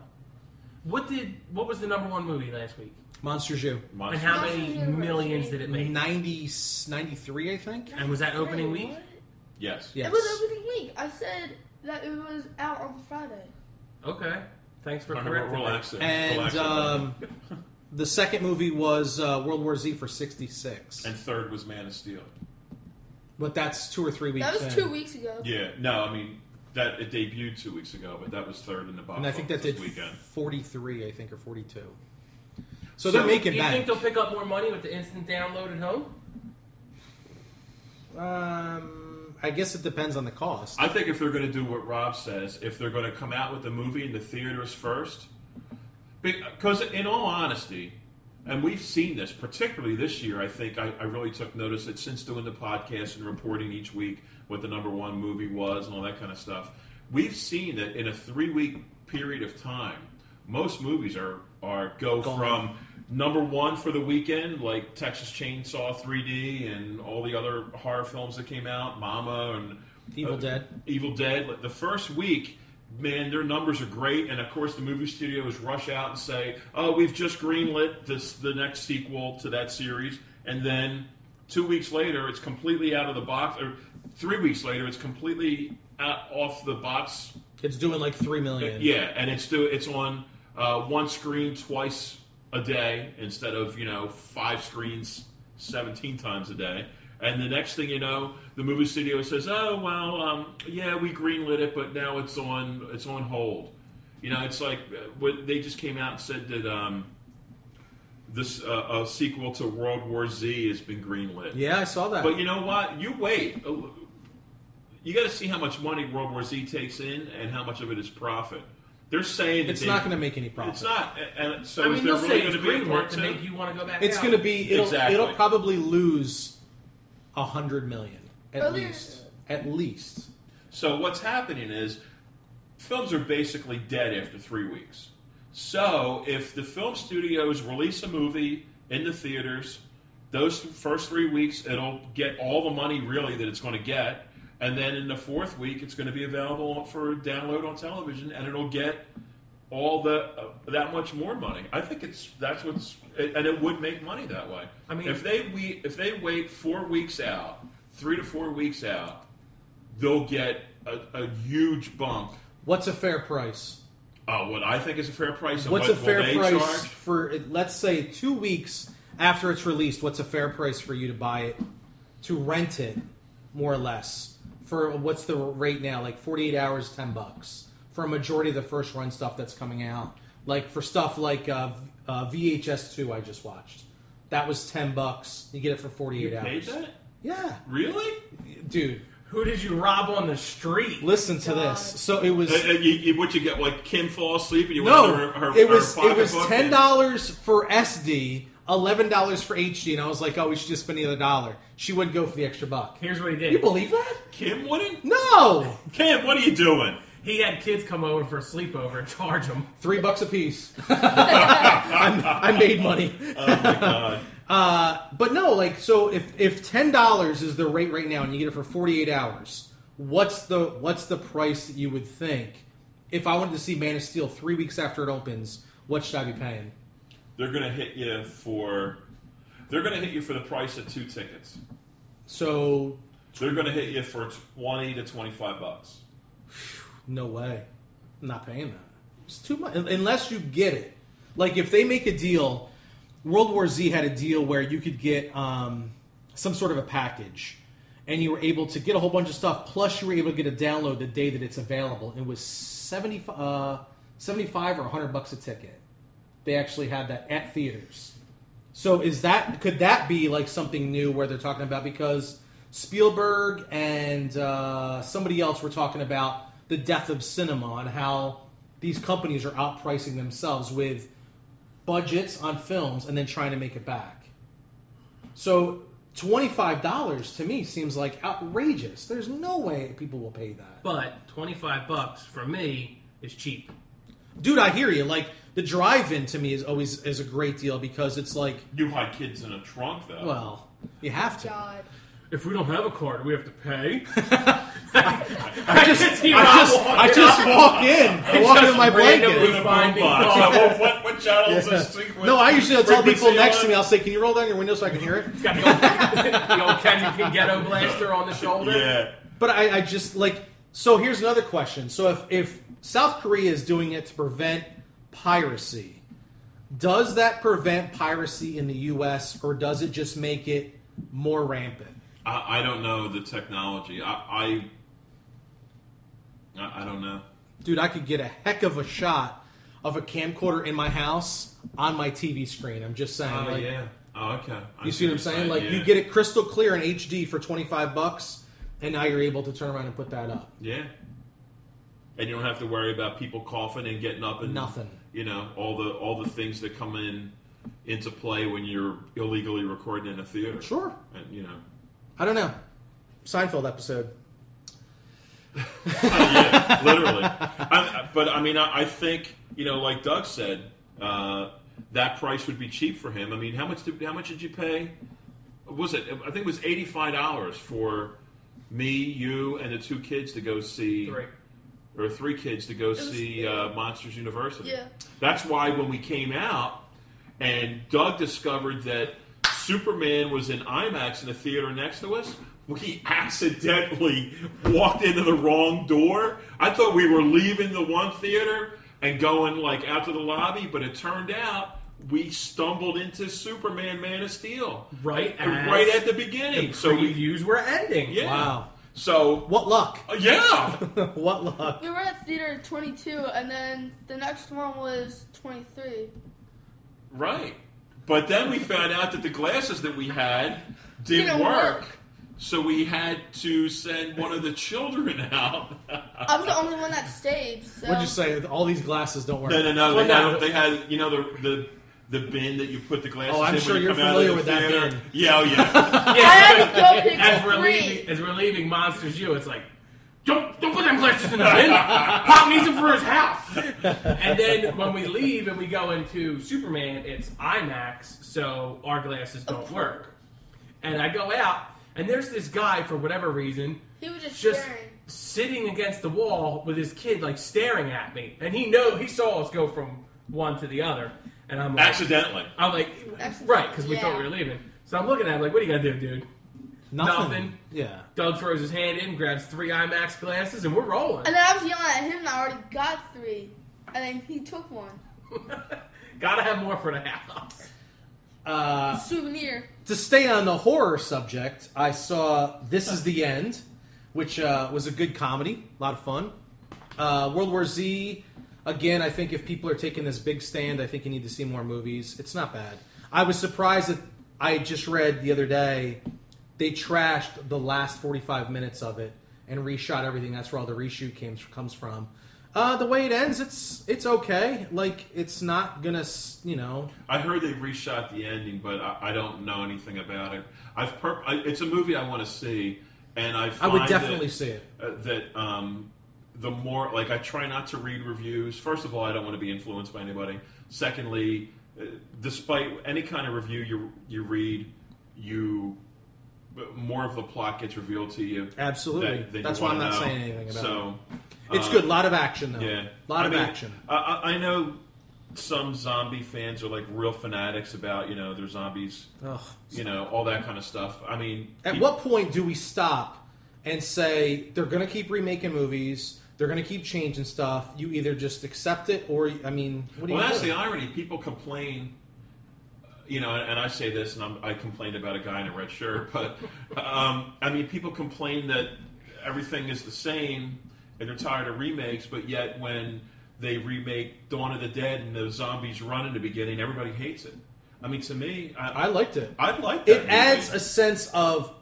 What did what was the number one movie last week? Monster Zoo. Monster. And how Monsters many University. millions did it make? 90, 93, I think. And was that opening Wait, week? what? yes. Yes. It was opening week. I said that it was out on Friday. Okay. Thanks for All right, we're correcting. me. relaxing. And relaxing. um, the second movie was uh, World War Z for 66. and third was Man of Steel. But that's two or three weeks That was in. two weeks ago. Yeah. No, I mean that it debuted two weeks ago, but that was third in the box And I think that office did this weekend. 43, I think, or 42. So, they're do making you that. think they'll pick up more money with the instant download at home? Um, I guess it depends on the cost. I think if they're going to do what Rob says, if they're going to come out with the movie in the theaters first, because in all honesty, and we've seen this, particularly this year, I think I, I really took notice that since doing the podcast and reporting each week what the number one movie was and all that kind of stuff, we've seen that in a three week period of time, most movies are, are go Gone. from number one for the weekend, like Texas Chainsaw 3D and all the other horror films that came out, Mama and uh, Evil Dead. Evil Dead. like, The first week, man, their numbers are great, and of course, the movie studios rush out and say, "Oh, we've just greenlit this the next sequel to that series," and then two weeks later, it's completely out of the box, or three weeks later, it's completely out, off the box. It's doing like 3 million. Yeah, and it's do it's on uh, one screen twice a day instead of you know five screens seventeen times a day. And the next thing you know, the movie studio says, "Oh well, um, yeah, we greenlit it, but now it's on it's on hold." You know, it's like uh, what they just came out and said that um, this uh, a sequel to World War Z has been greenlit. Yeah, I saw that. But you know what? You wait. You got to see how much money World War Z takes in and how much of it is profit. They're saying that it's they- not going to make any profit. It's not. And and so I is mean, there they'll really say going it's to be a greenlit part to two? make you want to go back. It's out. going to be it'll, Exactly. it'll probably lose 100 million at Earlier- least. At least. So what's happening is films are basically dead after three weeks. So if the film studios release a movie in the theaters, those first three weeks it'll get all the money really that it's going to get, and then in the fourth week it's going to be available for download on television, and it'll get all the uh, that much more money. I think it's that's what's it, and it would make money that way. I mean- if they we if they wait four weeks out, three to four weeks out, they'll get a, a huge bump. What's a fair price? Uh, what I think is a fair price. And What's what a fair will they price Charge? for? Let's say two weeks after it's released. What's a fair price for you to buy it, to rent it, more or less? For what's the rate now? Like forty-eight hours, ten bucks for a majority of the first run stuff that's coming out. Like for stuff like uh, uh, VHS two, I just watched. That was ten bucks. You get it for You forty-eight paid hours. that? Yeah, Really? dude. Who did you rob on the street? Listen to God. this. So it was. Uh, uh, you, you, what you get? Like Kim falls asleep and you No, went her, her it was her it was pocketbook ten and- dollars for SD eleven dollars for HD, and I was like, oh, we should just spend the other dollar. She wouldn't go for the extra buck. Here's what he did. You believe that? Kim wouldn't. No. Kim, what are you doing? He had kids come over for a sleepover and charge them. Three bucks a piece. I made money. Oh my god. Uh, but no, like so if if ten dollars is the rate right now and you get it for forty eight hours, what's the what's the price that you would think if I wanted to see Man of Steel three weeks after it opens, what should I be paying? They're gonna hit you for. They're gonna hit you for the price of two tickets. So They're gonna hit you for twenty to twenty five bucks. no way. I'm not paying that. It's too much un- unless you get it. Like if they make a deal, World War Z had a deal where you could get um, some sort of a package, and you were able to get a whole bunch of stuff. Plus, you were able to get a download the day that it's available. It was 70, uh, 75 or hundred bucks a ticket. They actually had that at theaters. So is that could that be like something new where they're talking about because Spielberg and uh, somebody else were talking about the death of cinema and how these companies are outpricing themselves with budgets on films and then trying to make it back. So twenty five dollars to me seems like outrageous. There's no way people will pay that. But twenty five bucks for me is cheap. Dude, I hear you. Like the drive in to me is always is a great deal because it's like You hide kids in a trunk though. well, you have to. God. If we don't have a card, we have to pay. I just, I You know, just, walk I in. just walk in. I walk in with my With blanket. a Find me. boombox. So what, what channel is this sequence? No, I usually tell Frequency people next on? to me, I'll say, "Can you roll down your window so I can hear it?" It's got the old, the old Kendrick and Ghetto blaster on the shoulder. Yeah. But I, I just like so. Here's another question. So if if South Korea is doing it to prevent piracy, does that prevent piracy in the U.S. or does it just make it more rampant? I, I don't know the technology. I, I I I don't know. Dude, I could get a heck of a shot of a camcorder in my house on my TV screen. I'm just saying. Oh Uh, like, yeah. Oh okay. I You see what I'm saying? Like you yeah. get it crystal clear in HD for 25 bucks, and now you're able to turn around and put that up. Yeah. And you don't have to worry about people coughing and getting up and Nothing. You know all the all the things that come in into play when you're illegally recording in a theater. Sure. And you know. I don't know. Seinfeld episode. yeah, literally. I, but I mean, I, I think you know, like Doug said, uh, that price would be cheap for him. I mean, how much did how much did you pay? Was it? I think it was eighty five dollars for me, you, and the two kids to go see, Three. or three kids to go was- see uh, Monsters University. Yeah. That's why when we came out, and Doug discovered that Superman was in IMAX in the theater next to us. We accidentally walked into the wrong door. I thought we were leaving the one theater and going like out to the lobby, but it turned out we stumbled into Superman Man of Steel Right And as right at the beginning. The so we previews were ending. yeah. Wow. So What luck? uh, yeah. what luck? We were at theater 22, and then the next one was 23. Right. But then we found out that the glasses that we had didn't, Didn't work. work. So we had to send one of the children out. I was the only one that stayed. So. What'd you say? All these glasses don't work. no, no, no. Well, They, no. had, they had, you know, the, the the bin that you put the glasses Oh, I'm in sure when you you're come out of familiar the with that theater. bin. Yeah, oh, yeah. I had to go pick as we're up leaving, three. as we're leaving Monsters U, it's like, don't don't put them glasses in the bin. Pop needs them for his house. And then when we leave and we go into Superman, it's IMAX, so our glasses don't work. And I go out, and there's this guy for whatever reason, He was just, just staring. sitting against the wall with his kid like staring at me, and he know he saw us go from one to the other, and I'm like, Accidentally. I'm like, Accident- right, because we thought we yeah. were leaving. So I'm looking at him like, what are you gonna do, dude? Nothing. Nothing. Yeah. Doug throws his hand in, grabs three IMAX glasses, and we're rolling. And then I was yelling at him, and I already got three. And then he took one. Gotta have more for the house. Uh, Souvenir. to stay on the horror subject, I saw This Is the End, which uh, was a good comedy, a lot of fun. Uh, World War Z, again, I think if people are taking this big stand, I think you need to see more movies. It's not bad. I was surprised that I just read the other day they trashed the last 45 minutes of it and reshot everything. That's where all the reshoot came, comes from. Uh, the way it ends, it's it's okay. Like it's not gonna, s- you know. I heard they reshot the ending, but I, I don't know anything about it. I've perp- I, it's a movie I want to see, and I I find would definitely that, see it. uh, that um, the more like I try not to read reviews. First of all, I don't want to be influenced by anybody. Secondly, uh, despite any kind of review you you read, you more of the plot gets revealed to you. Absolutely. that- that you That's why I'm wanna not know. saying anything about so, it. It's uh, good. A lot of action though. yeah, lot I of mean, action. I- I, I know some zombie fans are like real fanatics about you know their zombies, Ugh. you know all that kind of stuff. I mean, Oh. At what point do we stop and say they're going to keep remaking movies? They're going to keep changing stuff. You either just accept it, or I mean, what do well, you? that's do? the irony. People complain, uh, you know, and, and I say this, and I'm, I complained about a guy in a red shirt, but um, I mean, people complain that everything is the same, and they're tired of remakes. But yet, when they remake Dawn of the Dead and the zombies run in the beginning, everybody hates it. I mean, to me, I, I liked it. I like that It adds a sense of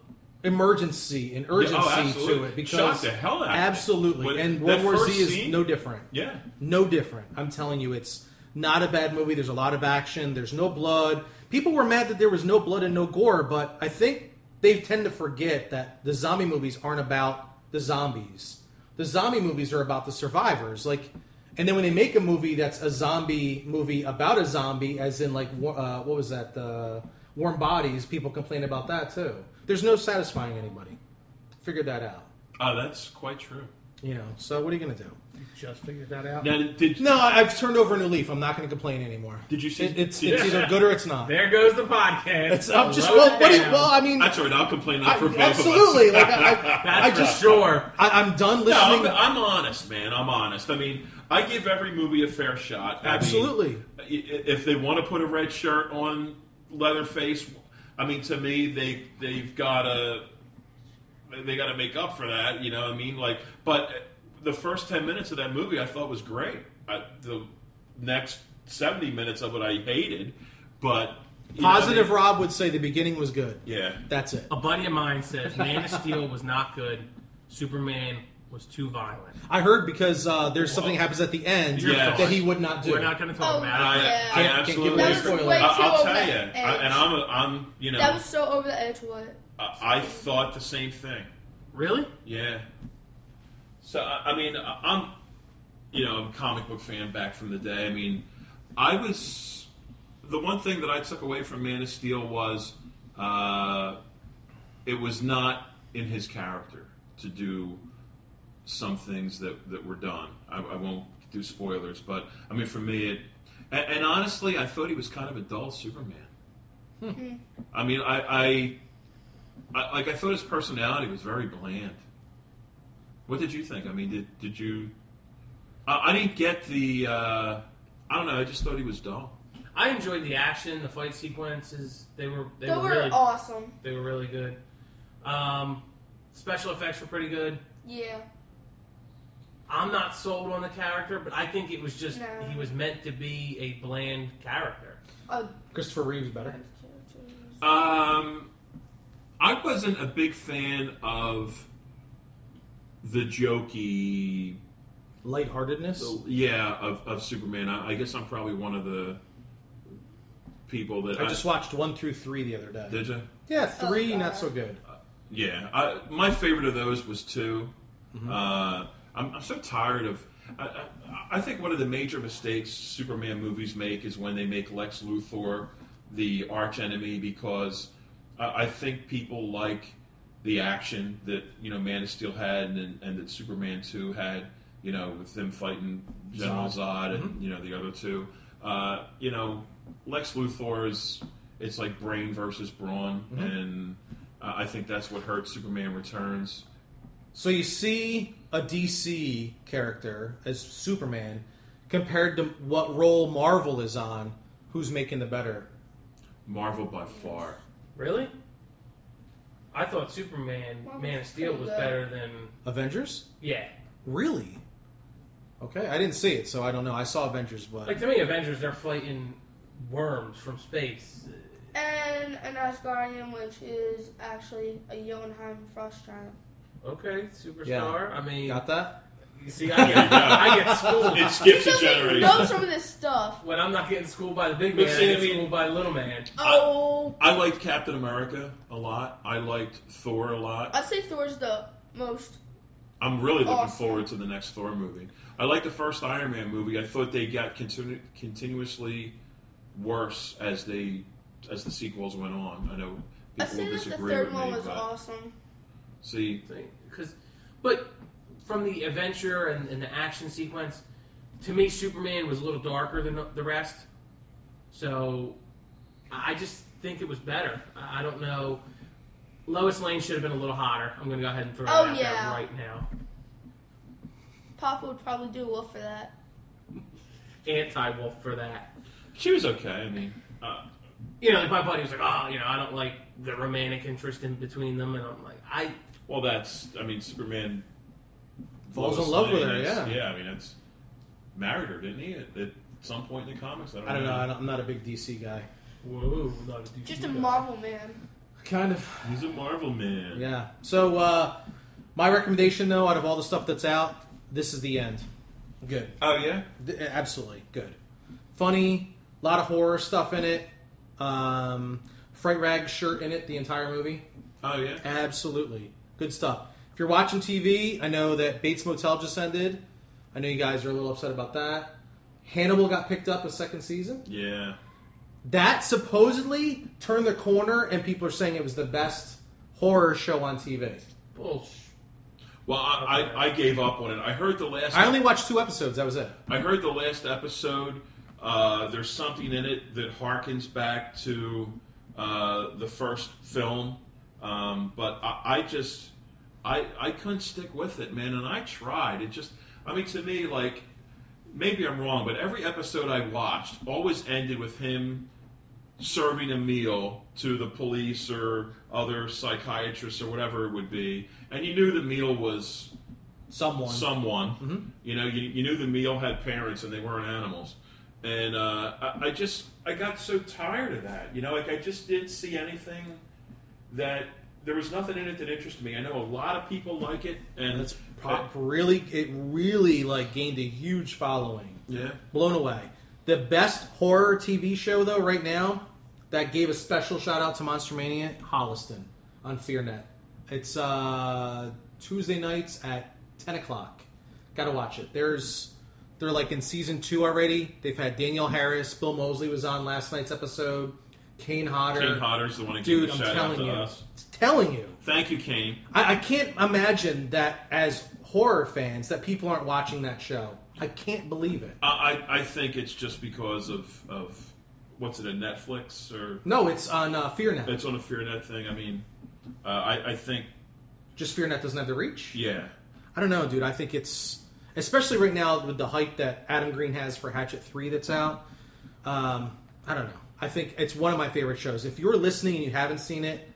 emergency and urgency to oh, absolutely. it because Shocked the hell out of it. absolutely. When- and that World War Z first is scene- no different. Yeah. no different. I'm telling you, it's not a bad movie. There's a lot of action. There's no blood. People were mad that there was no blood and no gore, but I think they tend to forget that the zombie movies aren't about the zombies. The zombie movies are about the survivors. Like, and then when they make a movie that's a zombie movie about a zombie, as in like wa- uh, what was that? The Warm Bodies. People complain about that too. There's no satisfying anybody. Figured that out. Oh, that's quite true. You know. So what are you gonna do? Just figured that out. Now, did No, I- I've turned over a new leaf. I'm not going to complain anymore. Did you see- It, it's did it's you- either good or it's not. There goes the podcast. It's I'm just Slow well, it what do you, down. well, I mean, that's all right. I'll complain I- that for both absolutely. of us. Like I, I, That's I for just sure. I, I'm done No, listening. I'm, I'm honest, man. I'm honest. I mean, I give every movie a fair shot. I Absolutely. mean, i- i- if they want to put a red shirt on Leatherface, I mean, to me, they they've got to they got to make up for that. You know, what I mean, like, but the first ten minutes of that movie, I thought was great. I, the next seventy minutes of it, I hated, but you know, I Positive mean, Rob would say the beginning was good. yeah. That's it. A buddy of mine says Man of Steel was not good. Superman was too violent. I heard because uh, there's something happens at the end You're that fine. he would not do. We're not going to talk Oh, about I, it. Yeah. I Can't- can't give absolutely away agree. spoilers. I, I'll Way too tell over you, the I, and edge. I'm, a, I'm, you know, That was so over the edge. What? I I thought the same thing. Really? Yeah. So I I mean, I- I'm, you know, I'm a comic book fan back from the day. I mean, I was the one thing that I took away from Man of Steel was uh, it was not in his character to do some things that, that were done. I, I won't do spoilers, but I mean, for me, it and, and honestly, I thought he was kind of a dull Superman. I mean, I, I, I like I thought his personality was very bland. What did you think? I mean, did did you? I, I didn't get the. Uh, I don't know. I just thought he was dull. I enjoyed the action, the fight sequences. They were they, They, were, really awesome. they were really good. Um, special effects were pretty good. Yeah. I'm not sold on the character, but I think it was just No. he was meant to be a bland character. Uh, Christopher Reeves better. Um, I wasn't a big fan of the jokey. Lightheartedness. Yeah, of, of Superman. I, I guess I'm probably one of the people that I just watched one through three the other day. did you. Yeah, three Oh, God. not so good. Yeah, I, my favorite of those was 2 Uh, I'm, I'm so tired of. I, I, I think one of the major mistakes Superman movies make is when they make Lex Luthor the arch enemy because I, I think people like the action that you know Man of Steel had and, and that Superman two had. You know, with them fighting General Zod and you know the other two. Uh, you know, Lex Luthor is it's like brain versus brawn, and uh, I think that's what hurt Superman Returns. So you see a DC character as Superman compared to what role Marvel is on, who's making the better? Marvel by far. Really? I thought Superman Well, Man of it's Steel pretty was good. better than Avengers? yeah. Really? Okay, I didn't see it, so I don't know. I saw Avengers, Like but to me, Avengers they're fighting worms from space. And an Asgardian, which is actually a Jotunheim frost giant. Okay, superstar. Yeah. I mean, got that? See, I get, I get schooled. It skips a He doesn't generation. know some of this stuff. When I'm not getting schooled by the big But man, see, I I get mean- schooled by the little man. Oh, I liked Captain America a lot. I liked Thor a lot. I'd say Thor's the most. I'm really looking Awesome. forward to the next Thor movie. I like the first Iron Man movie. I thought they got continu- continuously worse as they as the sequels went on. I know I people will say that the disagree with third one me, was but awesome. see, Because, but from the adventure and, and the action sequence, to me, Superman was a little darker than the, the rest. So, I I just think it was better. I, I don't know. Lois Lane should have been a little hotter. I'm gonna go ahead and throw Oh, that out yeah. there right now. Papa would probably do well for that. Anti Wolf for that. she was okay. I mean, uh, You know, like my buddy was like, "Oh, you know, I don't like the romantic interest in between them," and I'm like, "I well, that's I mean, Superman Falls in Lois love with Lane, her, it's- yeah. yeah. I mean, it's married her, didn't he? At, at some point in the comics, I don't, I don't know. I don't, I'm not a big DC guy. whoa, not a Just a Marvel man. Kind of. He's a Marvel man. Yeah. So uh, my recommendation, though, out of all the stuff that's out, this is the end. Good. Oh yeah. Th- eh, Absolutely good. Funny. A lot of horror stuff in it. Um, Fright rag shirt in it. The entire movie. Oh yeah. Absolutely. Good stuff. If you're watching TV, I know that Bates Motel just ended. I know you guys are a little upset about that. Hannibal got picked up a second season. Yeah. That supposedly turned the corner, and people are saying it was the best horror show on TV. bullsh." Well, I, I, I gave up on it. I heard the last. I only watched two episodes. That was it. I heard the last episode. Uh, there's something in it that harkens back to uh, the first film, um, but I, I just I I couldn't stick with it, man. And I tried. It just I mean to me like maybe I'm wrong, but every episode I watched always ended with him serving a meal to the police or other psychiatrists or whatever it would be, and you knew the meal was Someone. Mm-hmm. someone. You know, you, you knew the meal had parents and they weren't animals. And uh, I, I just, I got so tired of that. You know, like I just didn't see anything that, there was nothing in it that interested me. I know a lot of people like it. And That's pop really it really like gained a huge following. Yeah. Blown away. The best horror TV show though right now that gave a special shout out to Monster Mania, Holliston on FearNet. It's uh Tuesday nights at ten o'clock. Gotta watch it. There's they're like in season two already. They've had Daniel Harris, Bill Mosley was on last night's episode, Kane Hodder. Kane Hodder's the one who Dude, gave I'm the shout out telling to you. us. Telling you. Thank you, Kane. I, I can't imagine that as horror fans that people aren't watching that show. I can't believe it. I, I, I think it's just because of, of what's it, a Netflix or. No, it's on uh, FearNet. It's on a FearNet thing. I mean, uh, I, I think, Just FearNet doesn't have the reach. yeah. I don't know, dude. I think it's especially right now with the hype that Adam Green has for Hatchet Three that's out. Um, I don't know. I think it's one of my favorite shows. If you're listening and you haven't seen it,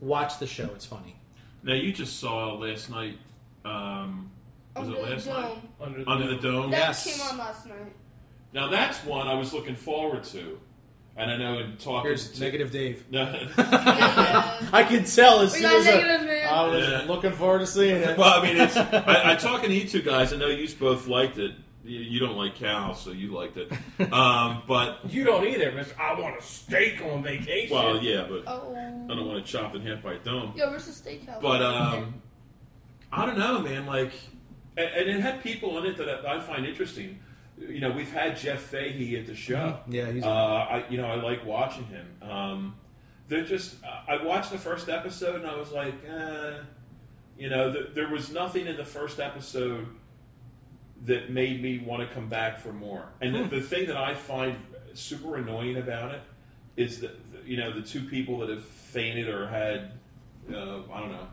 watch the show. It's funny. Now you just saw last night. Um, was it Under the last night? Oh, Dome. Under Under the Dome. That Yes. came on last night. Now that's one I was looking forward to, and I know in talking Here's to negative Dave. No, Yeah. I can tell as We soon got as I- negative, man. I was Yeah. looking forward to seeing it. well, I mean, it's I, I talking to you two guys. I know you both liked it. You, you don't like cows, so you liked it. Um, but You don't either, Mister. I want a steak on vacation. well, yeah, but I Oh. don't want to chop in half by a dome. Yo, where's the steakhouse? But um, I don't know, man. Like, and, and it had people in it that I, I find interesting. You know, we've had Jeff Fahey at the show. Mhm. Yeah, he's- uh, I you know I like watching him. Um, they're just I I watched the first episode and I was like, eh. you know, th- there was nothing in the first episode that made me want to come back for more. And the, the thing that I find super annoying about it is that you know the two people that have fainted or had uh, I don't know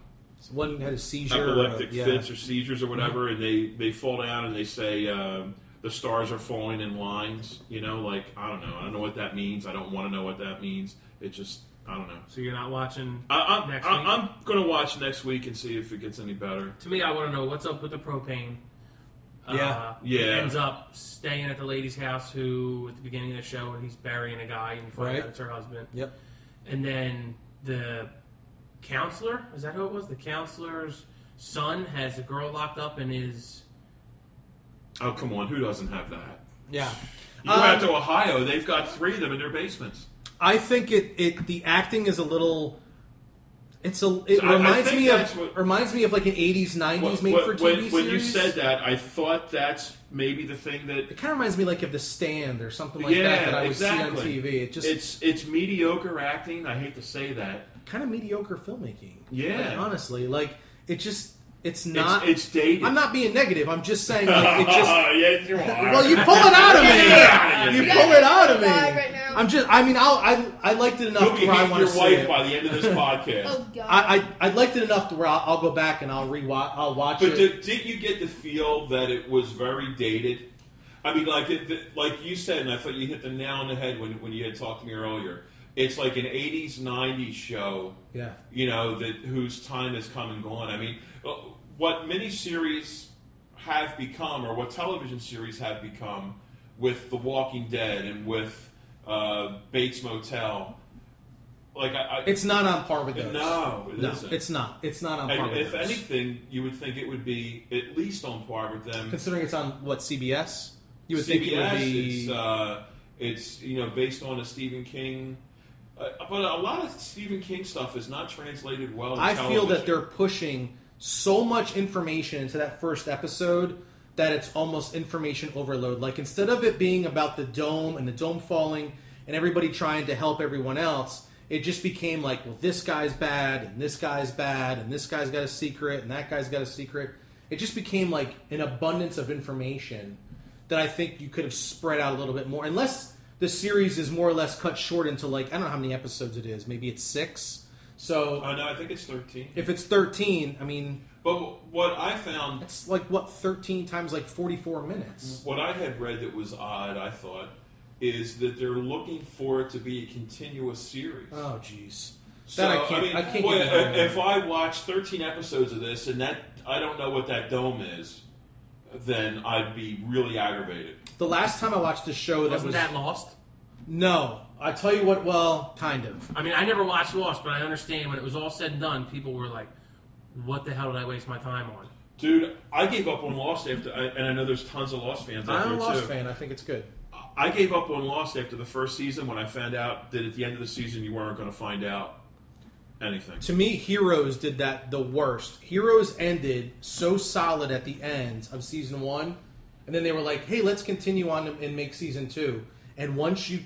One had a seizure. or a- epileptic yeah. fits or seizures or whatever, and they they fall down and they say um, the stars are falling in lines. You know, like I don't know, I don't know what that means. I don't want to know what that means. It just I don't know. So you're not watching I, I'm next I, week. I'm gonna watch next week and see if it gets any better. to me, I want to know what's up with the propane. Yeah. uh, Yeah. Ends up staying at the lady's house who, at the beginning of the show, he's burying a guy and you find Right. out it's her husband. Yep. And then the counselor, is that who it was? The counselor's son has a girl locked up in his Oh come on, who doesn't have that? Yeah. You go Um, out to Ohio, they've got three of them in their basements. I think it, it the acting is a little. It's a. It So I- I reminds think me of that's what- reminds me of like an eighties nineties made for TV when, series. when you said that, I thought that's maybe the thing that it kind of reminds me like of The Stand or something like that that I would see on TV. It just it's it's mediocre acting. I hate to say that. kind of mediocre filmmaking. Yeah. Like, honestly, like it just it's not. it's dated. I'm not being negative. I'm just saying like, it just. yes, you are. Well, you pull it out of me. Get out of You here. pull it out of me. Live right now. I'm just. I mean, I'll, I I liked it enough You'll be where I hating want your to wife it. by the end of this podcast. Oh, God. I, I I liked it enough to where I'll, I'll go back and I'll rewatch. I'll watch But it. did, did you get the feel that it was very dated? I mean, like it, the- like you said, and I thought you hit the nail on the head when, when you had talked to me earlier. It's like an '80s '90s show, yeah. you know, that whose time has come and gone. I mean, uh, what miniseries have become, or what television series have become, with The Walking Dead and with uh, Bates Motel, like I, I, It's not on par with those. No, it isn't. It's not. It's not on par And with if those. anything, you would think it would be at least on par with them. Considering it's on what CBS, you would CBS, think it would be. it's, uh, it's you know based on a Stephen King, uh, but a lot of Stephen King stuff is not translated well. To I feel television. that they're pushing so much information into that first episode that it's almost information overload. Like instead of it being about the dome and the dome falling and everybody trying to help everyone else, it just became like, well, this guy's bad and this guy's bad and this guy's got a secret and that guy's got a secret. It just became like an abundance of information that I think you could have spread out a little bit more, unless the series is more or less cut short into like I don't know how many episodes it is. Maybe it's six. So Oh no, I think it's thirteen. if it's 13, I mean, But what I found, it's like what 13 times like 44 minutes. what I had read that was odd, I thought, is that they're looking for it to be a continuous series. Oh jeez. So, That I can't. I, mean, can't. boy, get behind if that. I watch 13 episodes of this and that I don't know what that dome is, then I'd be really aggravated. the last time I watched a show that Wasn't was that Lost? no, I tell you what. Well, kind of. I mean, I never watched Lost, but I understand when it was all said and done, people were like, "What the hell did I waste my time on?" Dude, I gave up on Lost after, I- and I know there's tons of Lost fans out I'm there a Lost too. fan. I think it's good. I gave up on Lost after the first season when I found out that at the end of the season you weren't going to find out anything. To me, Heroes did that the worst. Heroes ended so solid at the end of season one, and then they were like, "Hey, let's continue on and make season two. And once you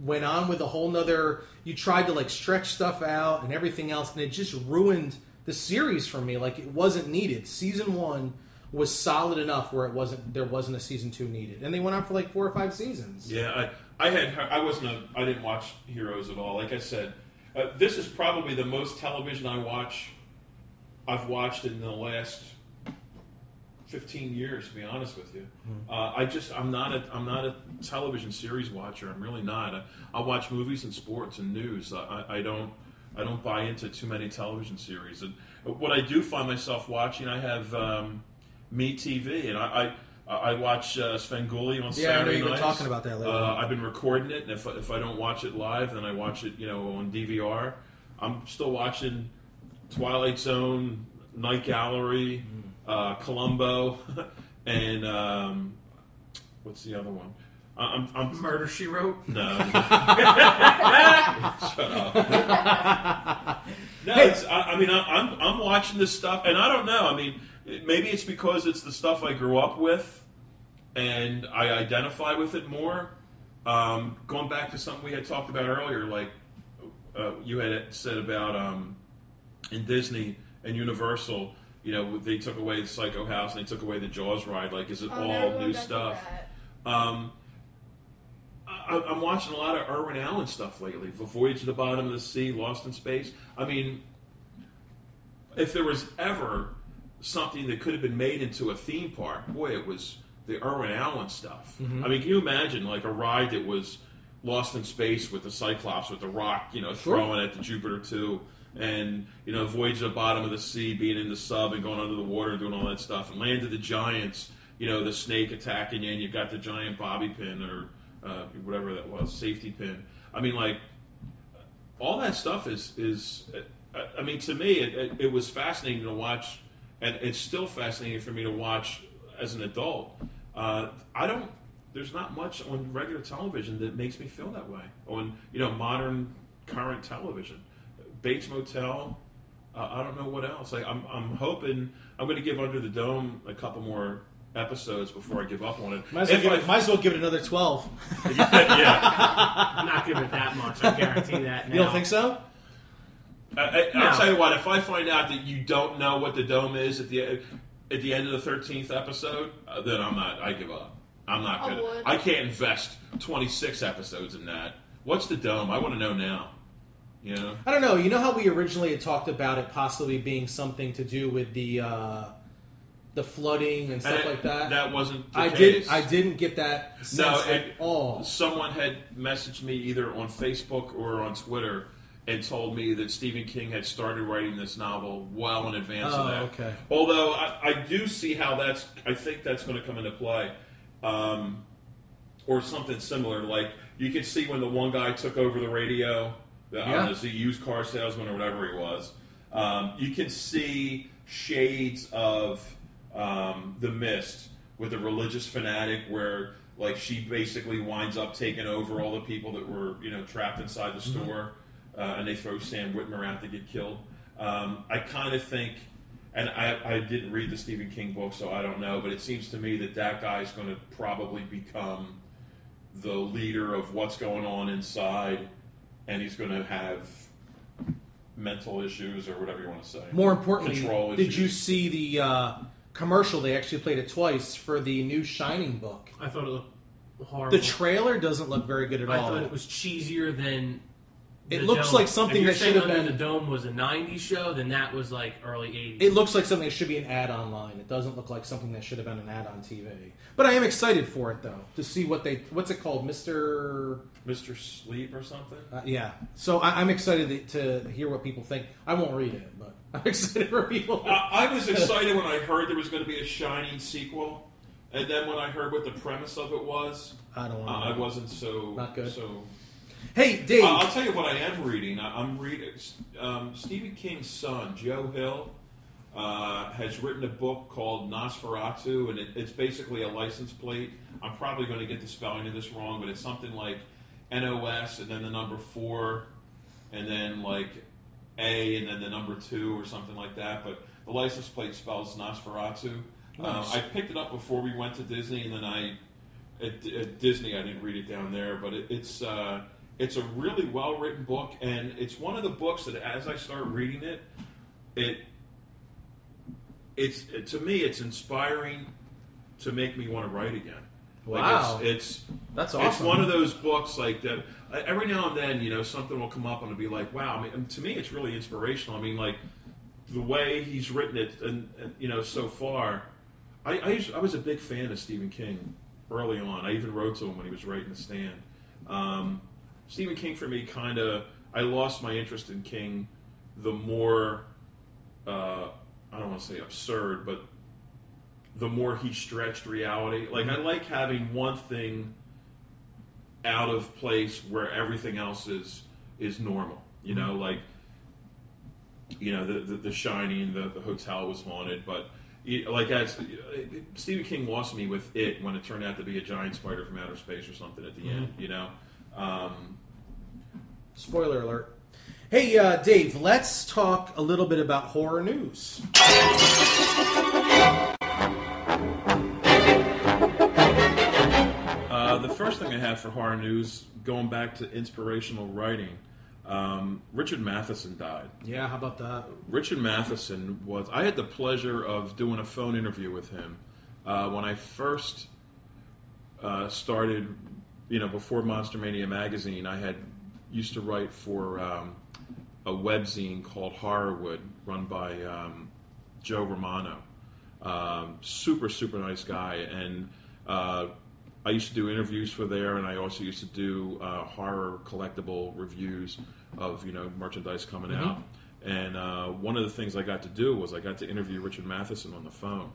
went on with a whole nother, you tried to like stretch stuff out and everything else, and it just ruined the series for me. Like it wasn't needed. Season one was solid enough where it wasn't there wasn't a season two needed, and they went on for like four or five seasons. Yeah, I, I had I wasn't a, I didn't watch Heroes at all. Like I said, uh, this is probably the most television I watch. I've watched in the last fifteen years. To be honest with you, Hmm. uh, I just I'm not a I'm not a television series watcher. I'm really not. I, I watch movies and sports and news. I, I, I don't. I don't buy into too many television series, and what I do find myself watching, I have um, Me TV, and I I, I watch uh, Svengoolie on Yeah, I know Saturday you've been nights. talking about that lately. Uh, I've been recording it, and if, if I don't watch it live, then I watch it, you know, on DVR. I'm still watching Twilight Zone, Night Gallery, uh, Columbo, and um, what's the other one? I- I'm, I'm Murder She Wrote. no. Shut up. No, it's, I, I mean, I, I'm I'm watching this stuff, and I don't know. I mean, it- maybe it's because it's the stuff I grew up with, and I identify with it more. Um, going back to something we had talked about earlier, like uh, you had said about um, in Disney and Universal, you know, they took away the Psycho House and they took away the Jaws ride. Like, is it Oh, all everyone new does stuff? that. Um, I, I'm watching a lot of Irwin Allen stuff lately. The Voyage to the Bottom of the Sea, Lost in Space. I mean, if there was ever something that could have been made into a theme park, boy, it was the Irwin Allen stuff. I mean, can you imagine like a ride that was Lost in Space with the Cyclops, with the Rock, you know, throwing at the Jupiter two, and you know, Voyage to the Bottom of the Sea, being in the sub and going under the water and doing all that stuff, and Land of the Giants, you know, the snake attacking you, and you've got the giant bobby pin or uh, whatever that was, safety pin. I mean, like all that stuff is is uh, I- I mean to me it, it, it was fascinating to watch and it's still fascinating for me to watch as an adult Uh, I don't. There's not much on regular television that makes me feel that way. On you know modern current television, Bates Motel. Uh, I don't know what else. Like, I'm I'm hoping I'm going to give Under the Dome a couple more episodes before I give up on it. Might as well, If give, I- it, might as well give it another twelve. yeah. I'm not giving it that much. I guarantee that. You don't now. think so? I, I, I'll No. tell you what. If I find out that you don't know what the dome is at the at the end of the thirteenth episode, uh, then I'm not. I give up. I'm not I gonna. would. I can't invest twenty six episodes in that. What's the dome? I want to know now. You know. I don't know. You know how we originally had talked about it possibly being something to do with the uh, the flooding and stuff And it- like that. that wasn't the I case. didn't. I didn't get that No, sense at and all. someone had messaged me either on Facebook or on Twitter and told me that Stephen King had started writing this novel well in advance Oh, of that. okay. Although I, I do see how that's, I think that's going to come into play, um, or something similar. Like you can see when the one guy took over the radio, the, I Yeah. don't know, is he a used car salesman or whatever he was. Um, you can see shades of um, the mist with the religious fanatic, where like she basically winds up taking over all the people that were you know trapped inside the store, uh, and they throw Sam Whitmer out to get killed. Um, I kind of think, and I, I didn't read the Stephen King book, so I don't know, but it seems to me that that guy's going to probably become the leader of what's going on inside, and he's going to have mental issues or whatever you want to say. More importantly, control did issues. you see the uh, commercial? They actually played it twice for the new Shining book. I thought it looked horrible. The trailer doesn't look very good at I all. thought it was cheesier than. Oh. It The looks Dome. like something If you're that saying should have Under been- The Dome was a '90s show, then that was like early '80s. It looks like something that should be an ad online. It doesn't look like something that should have been an ad on TV. But I am excited for it though to see what they what's it called, Mister. Mr. Sleep or something? Uh, yeah. So I, I'm excited to, to hear what people think. I won't read it, but I'm excited for people. I, I was excited when I heard there was going to be a Shining sequel, and then when I heard what the premise of it was, I don't uh, want to. I wasn't so Not good. So hey, Dave. I- I'll tell you what I am reading. I, I'm reading um, Stephen King's son, Joe Hill, uh, has written a book called Nosferatu, and it, it's basically a license plate. I'm probably going to get the spelling of this wrong, but it's something like NOS and then the number four, and then like A and then the number two or something like that. But the license plate spells Nosferatu. Nice. Um, I picked it up before we went to Disney, and then I at, at Disney. I didn't read it down there, but it, it's uh, it's a really well written book, and it's one of the books that as I start reading it, it it's it, to me it's inspiring to make me want to write again. Like, Wow. it's, it's That's it's awesome. one of those books like that. uh, Every now and then, you know, something will come up and it'll be like, "Wow!" I mean, and to me, it's really inspirational. I mean, like the way he's written it, and, and you know, so far, I I, used, I was a big fan of Stephen King early on. I even wrote to him when he was writing The Stand. Um, Stephen King for me, kind of, I lost my interest in King the more uh, I don't want to say absurd, but the more he stretched reality. Like Mm-hmm. I like having one thing out of place where everything else is is normal. You know, like you know the the, the Shining, the, the hotel was haunted, but you- like as Stephen King lost me with it when it turned out to be a giant spider from outer space or something at the end. You know, um, Spoiler alert. Hey, uh, Dave. Let's talk a little bit about horror news. Uh, the first thing I have for horror news, going back to inspirational writing, um, Richard Matheson died. Yeah. How about that? Richard Matheson was. I had the pleasure of doing a phone interview with him uh, when I first uh, started. You know, before Monster Mania magazine, I had used to write for um, a webzine called Horrorwood, run by um, Joe Romano. Um, super, super nice guy, and uh, I used to do interviews for there, and I also used to do uh, horror collectible reviews of you know merchandise coming out. And uh, one of the things I got to do was I got to interview Richard Matheson on the phone.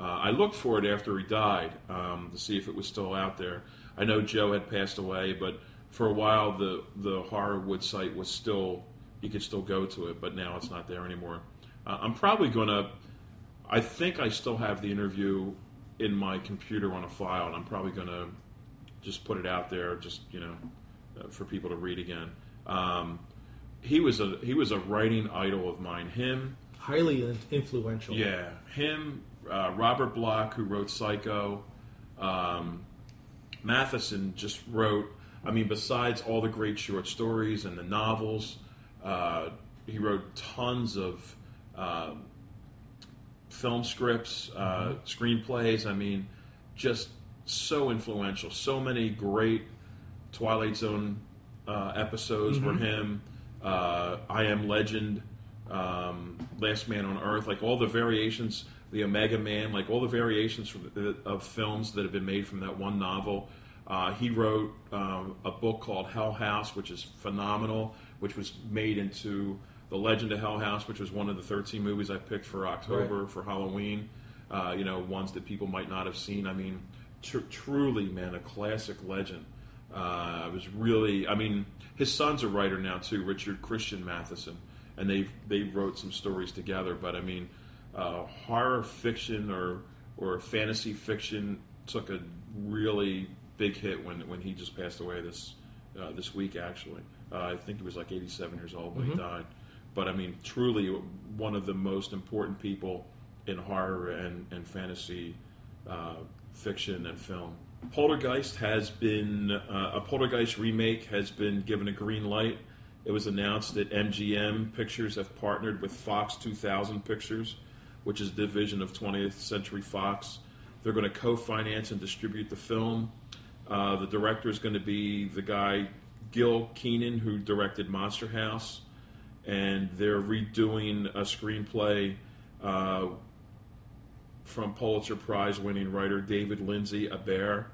Uh, I looked for it after he died um, to see if it was still out there. I know Joe had passed away, but for a while the the Horrorwood site was still you could still go to it, but now it's not there anymore. Uh, I'm probably going to I think I still have the interview in my computer on a file, and I'm probably going to just put it out there, just you know, uh, for people to read again. Um, he was a he was a writing idol of mine. Him, highly in- influential. yeah, him, uh, Robert Block, who wrote Psycho, um, Matheson just wrote. I mean, besides all the great short stories and the novels, uh, he wrote tons of uh, film scripts, uh, screenplays. I mean, just so influential. So many great Twilight Zone uh, episodes were Mhm. him. Uh, I Am Legend, um, Last Man on Earth, like all the variations, the Omega Man, like all the variations from the, of films that have been made from that one novel. Uh, he wrote um, a book called Hell House, which is phenomenal, which was made into The Legend of Hell House, which was one of the 13 movies I picked for October for Halloween. Uh, you know, ones that people might not have seen. I mean, tr- truly, man, a classic legend. Uh, I was really, I mean, his son's a writer now too, Richard Christian Matheson, and they they wrote some stories together. But I mean, uh, horror fiction or or fantasy fiction took a really big hit when when he just passed away this uh, this week. Actually, uh, I think he was like 87 years old when Mhm. he died. But I mean, truly one of the most important people in horror and and fantasy uh, fiction and film. Poltergeist has been uh, a Poltergeist remake has been given a green light. It was announced that MGM Pictures have partnered with Fox 2000 Pictures, which is a division of 20th Century Fox. They're going to co-finance and distribute the film. Uh, the director is going to be the guy Gil Keenan, who directed Monster House, and they're redoing a screenplay uh, from Pulitzer Prize winning writer David Lindsay Abair,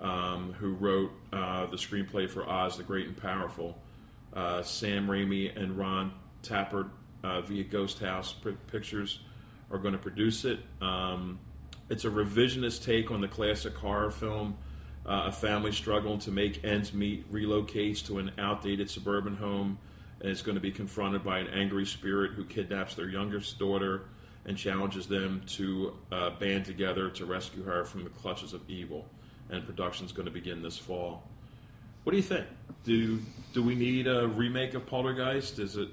um, who wrote uh, the screenplay for Oz the Great and Powerful. Uh, Sam Raimi and Ron Tappert uh, via Ghost House P- Pictures are going to produce it. Um, it's a revisionist take on the classic horror film. Uh, a family struggling to make ends meet relocates to an outdated suburban home and is going to be confronted by an angry spirit who kidnaps their youngest daughter and challenges them to uh, band together to rescue her from the clutches of evil. And production's going to begin this fall. What do you think? Do do we need a remake of Poltergeist? Is it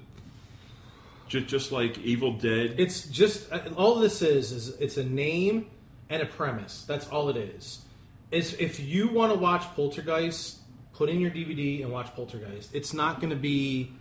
just, just like Evil Dead? It's just uh, all this is is it's a name and a premise. That's all it is. Is if you want to watch Poltergeist, put in your DVD and watch Poltergeist. It's not going to be.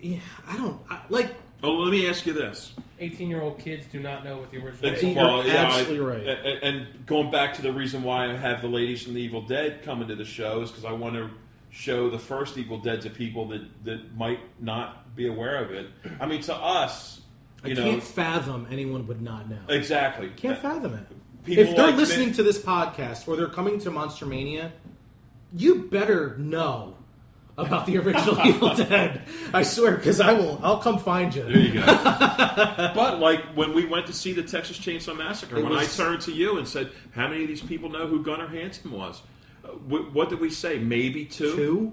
Yeah, I don't I, like. Oh, let me ask you this. 18 year old kids do not know what the original It's- is. well, yeah, I- absolutely right. a- a- And going back to the reason why I have the ladies from the Evil Dead coming to the show is because I want to show the first Evil Dead to people that, that might not be aware of it. I mean, to us, I you know, can't fathom anyone would not know. exactly. Can't fathom it. People if they're like listening me- to this podcast or they're coming to Monster Mania, you better know about the original Evil Dead. I swear, because I will. I'll come find you. There you go. but like when we went to see the Texas Chainsaw Massacre, It when was- I turned to you and said, "How many of these people know who Gunnar Hansen was?" Uh, wh- what did we say? Maybe two. Two.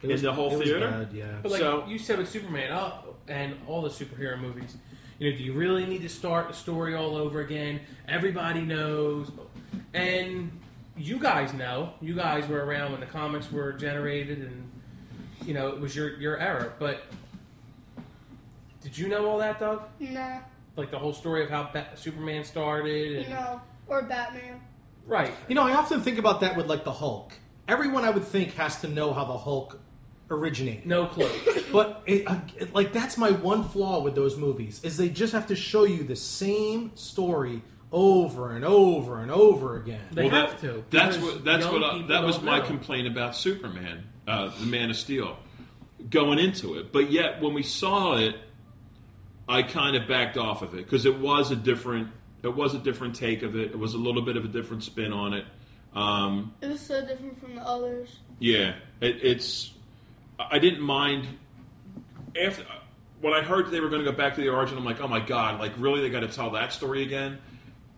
It in was- the whole it was theater. bad, yeah. But like so you said with Superman uh, and all the superhero movies, you know, do you really need to start a story all over again? Everybody knows, and you guys know. You guys were around when the comics were generated, and you know it was your your era. But did you know all that, Doug? Nah, Like the whole story of how Bat- Superman started, and no, or Batman. right? You know, I often think about that with like the Hulk. Everyone I would think has to know how the Hulk originated. No clue. but it, uh, it- like that's my one flaw with those movies is they just have to show you the same story over and over and over again. well, that, That's what that's what I, that was my complaint about Superman, uh, the Man of Steel, going into it. But yet, when we saw it, I kind of backed off of it because it was a different it was a different take of it. It was a little bit of a different spin on it. Um, It was so different from the others. Yeah, it, it's. I didn't mind after when I heard they were going to go back to the origin. I'm like, oh my god, like really, they got to tell that story again.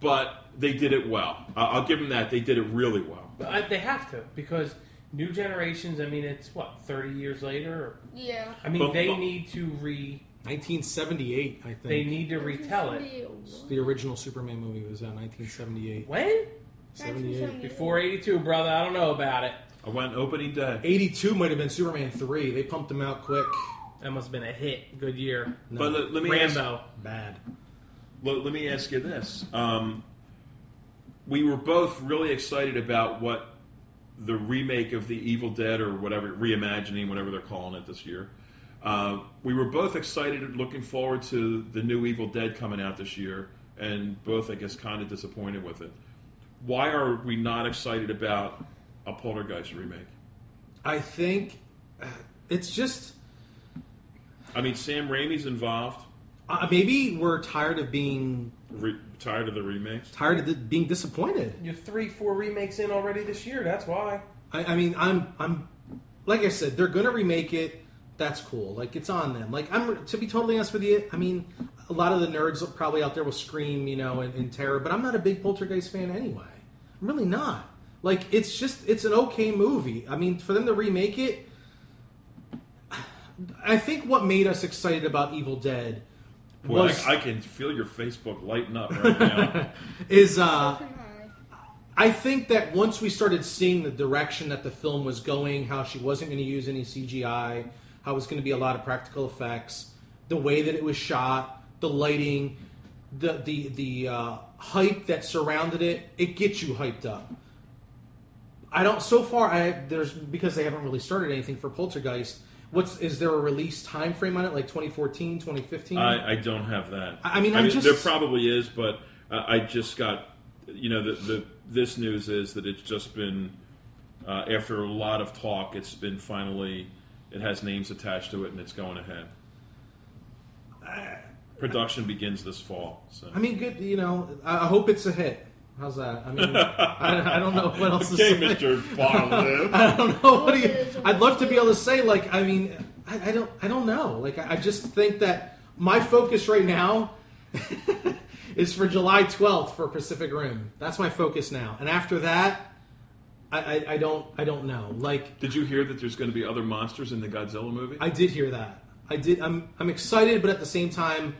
But they did it well. I- I'll give them that. They did it really well. But I, they have to because new generations. I mean, it's what thirty years later. Or, Yeah. I mean, But- they but- need to re 1978, I think. They need to retell it. The original Superman movie was out 1978. When? 78. Before 82, brother. I don't know about it. I went opening day. 82 might have been Superman 3. They pumped him out quick. That must have been a hit. Good year. No. But let, let me Rambo. Ask, Bad. let, let me ask you this: um, We were both really excited about what the remake of the Evil Dead or whatever reimagining, whatever they're calling it this year. Uh, we were both excited, and looking forward to the new Evil Dead coming out this year, and both, I guess, kind of disappointed with it. Why are we not excited about a Poltergeist remake? I think uh, it's just I mean, Sam Raimi's involved. uh, maybe we're tired of being Re- tired of the remakes. tired of th- being disappointed. You're three, four remakes in already this year. That's why. I, I mean, I'm, I'm, like I said, they're gonna remake it. That's cool. Like it's on them. Like I'm, to be totally honest with you, I mean, a lot of the nerds probably out there will scream, you know, in, in terror. But I'm not a big Poltergeist fan anyway. I'm really not. Like it's just, it's an okay movie. I mean, for them to remake it, I think what made us excited about Evil Dead Boy, I- was I, can feel your Facebook lighten up right now. is uh, I think that once we started seeing the direction that the film was going, how she wasn't going to use any CGI, how it was going to be a lot of practical effects, the way that it was shot, the lighting, the the the uh, hype that surrounded it, it gets you hyped up. I don't. So far, I there's because they haven't really started anything for Poltergeist. What's is there a release time frame on it? Like 2014, 2015? I, I don't have that. I- I mean, I'm just- there probably is, but uh, I just got you know the, the this news is that it's just been uh, after a lot of talk, it's been finally it has names attached to it and it's going ahead. Uh, Production begins this fall. So I mean, good. You know, I I hope it's a hit. How's that? I mean, I, I don't know what else okay, to say. Mister Barlow. I don't know. What do you? I'd love to be able to say like, I mean, I, I don't, I don't know. Like, I, I just think that my focus right now is for July twelfth for Pacific Rim. That's my focus now, and after that, I, I, I don't, I don't know. Like, Did you hear that there's going to be other monsters in the Godzilla movie? I did hear that. I did. I'm I'm excited, but at the same time,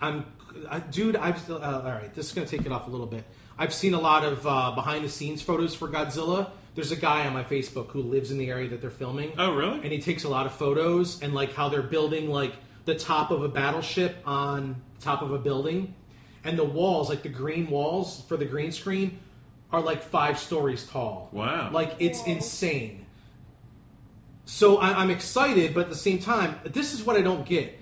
I'm I, dude. I've still- uh, all right. This is gonna take it off a little bit. I've seen a lot of uh, behind the scenes photos for Godzilla. There's a guy on my Facebook who lives in the area that they're filming, oh, really? and he takes a lot of photos and like how they're building like the top of a battleship on top of a building, and the walls like the green walls for the green screen are like five stories tall. Wow. Like it's insane. So I, I'm excited, but at the same time, this is what I don't get.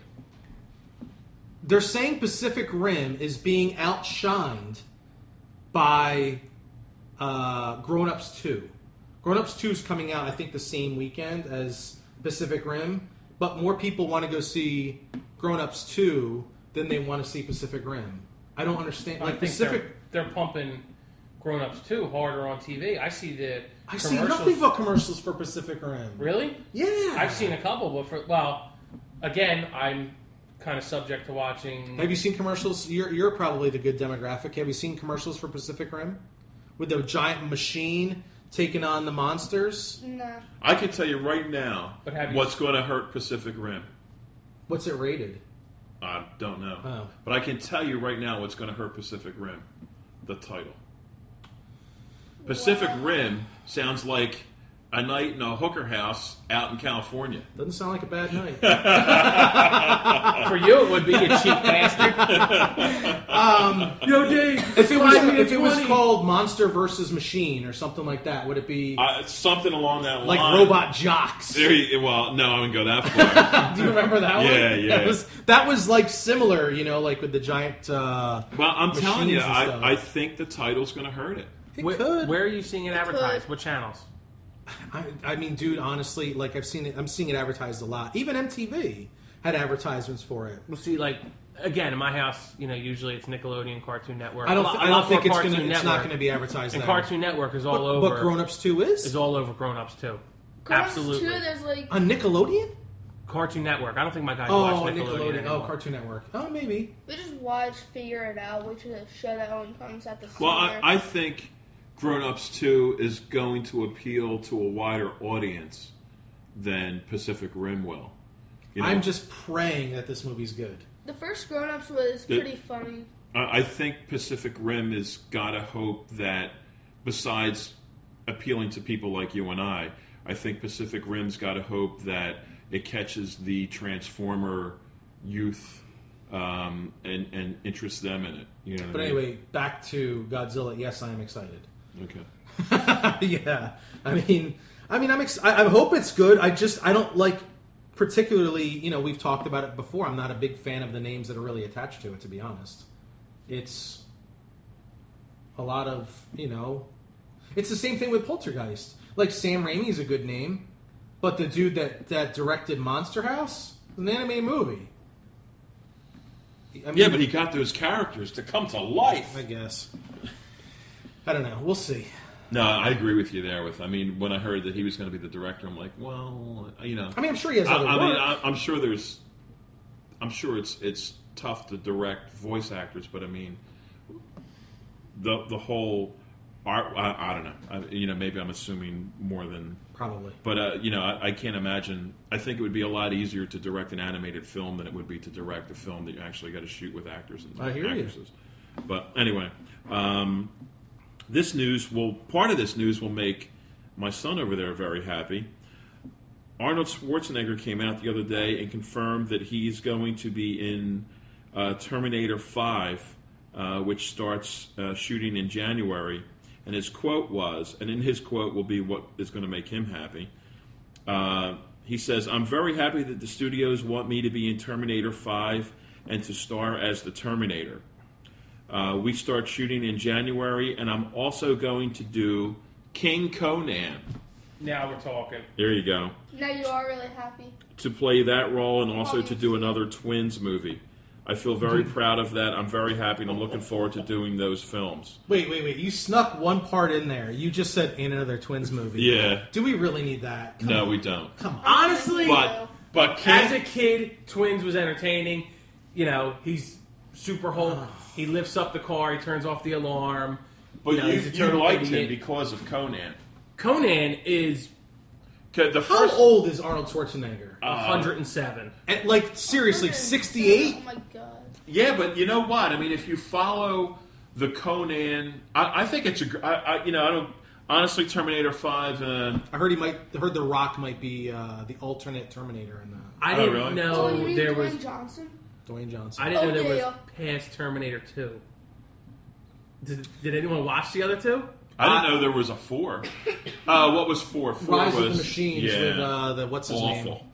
They're saying Pacific Rim is being outshined by uh, Grown Ups 2. Grown Ups 2 is coming out, I think, the same weekend as Pacific Rim, but more people want to go see Grown Ups 2 than they want to see Pacific Rim. I don't understand. Like I think Pacific, they're, they're pumping Grown Ups too harder on TV. I see the. I see commercials- nothing but commercials for Pacific Rim. Really? Yeah, I've seen a couple, but for well, again, I'm kind of subject to watching. Have you seen commercials? You're, you're probably the good demographic. Have you seen commercials for Pacific Rim with the giant machine taking on the monsters? Nah. I can tell you right now But have you- what's going to hurt Pacific Rim. What's it rated? I don't know. Oh. But I can tell you right now what's going to hurt Pacific Rim the title. Pacific Rim sounds like a night in a hooker house out in California. Doesn't sound like a bad night. For you, it would be a cheap bastard. Um, Yo, Dave. if it was Five if it was minutes, called Monster versus Machine or something like that, would it be I, something along that like line. Robot Jocks? There you, well, no, I wouldn't go that far. Do you remember that one? Yeah, yeah. That was, that was like similar, you know, like with the giant. Uh, well, I'm telling you, Machines and stuff. I, I think the title's going to hurt it. it Where, could. where are you seeing it advertised? could. What channels? I, I mean, dude, honestly, like I've seen it. I'm seeing it advertised a lot. Even MTV had advertisements for it. We'll see. Like again, in my house, you know, usually it's Nickelodeon, Cartoon Network. I don't. A lot- thi- I a don't lot think more it's gonna. Cartoon It's not Network. gonna be advertised. And now. Cartoon Network is all but, over. But Grown Ups Two is, is all over Grown Ups too. Grown Ups Absolutely. Two, there's like on Nickelodeon. Cartoon Network. I don't think my guys Oh, watch Nickelodeon. Nickelodeon. Oh, anymore. Cartoon Network. Oh, maybe. they just watch Figure It Out, which is a show that only comes at the Well, summer. I, I think Grown Ups 2 is going to appeal to a wider audience than Pacific Rim will. You know, I'm just praying that this movie's good. The first Grown Ups was The- pretty funny. I I think Pacific Rim has got to hope that, besides appealing to people like you and I, I think Pacific Rim's got to hope that it catches the Transformer youth um, and and interests them in it. You know. what But I mean? anyway, back to Godzilla. Yes, I am excited. Okay. yeah, I mean, I mean, I'm. Ex- I, I hope it's good. I just I don't like particularly. You know, we've talked about it before. I'm not a big fan of the names that are really attached to it. To be honest, it's a lot of you know. It's the same thing with Poltergeist. Like Sam Raimi's a good name, but the dude that that directed Monster House, is an anime movie. I mean, yeah, but he got those characters to come to life. I guess. I don't know. We'll see. No, I agree with you there. With I mean, when I heard that he was going to be the director, I'm like, well, you know. I mean, I'm sure he has I, other I mean, work. I, I'm sure there's. I'm sure it's it's tough to direct voice actors, but I mean, the the whole art. I, I don't know. I, you know, maybe I'm assuming more than. Probably. But uh, you know, I, I can't imagine. I think it would be a lot easier to direct an animated film than it would be to direct a film that you actually got to shoot with actors and I hear you. actresses. But anyway, um, this news will part of this news will make my son over there very happy. Arnold Schwarzenegger came out the other day and confirmed that he's going to be in uh, Terminator 5, uh, which starts uh, shooting in January. And his quote was, and in his quote will be what is going to make him happy. Uh, he says, I'm very happy that the studios want me to be in Terminator 5 and to star as the Terminator. Uh, we start shooting in January, and I'm also going to do King Conan. Now we're talking. There you go. Now you are really happy. to play that role and also to do another Twins movie. I feel very proud of that. I'm very happy and I'm looking forward to doing those films. Wait, wait, wait. You snuck one part in there. You just said in another Twins movie. Yeah. Do we really need that? No, we don't. Honestly, But but as King, a kid, Twins was entertaining. You know, he's Super Hulk. Ah. He lifts up the car. He turns off the alarm. but know, you, he's a you total liked idiot. him because of Conan. Conan is 'Cause The How first, old is Arnold Schwarzenegger? Uh, 107. At, like seriously, sixty-eight. Oh my god. yeah, but you know what? I mean, if you follow the Conan, I, I think it's a. gr- I, I- you know, I don't honestly Terminator Five. Uh, I heard he might. I heard The Rock might be uh, the alternate Terminator in that. I Oh, didn't really? know oh, you mean there Dwayne was. Johnson? Dwayne Johnson. I didn't know Oh, there yeah, was past Terminator 2. Did, did anyone watch the other two? I didn't know there was a four. Uh, what was four? Four Rise was of the Machines yeah, with uh, the what's his awful. name?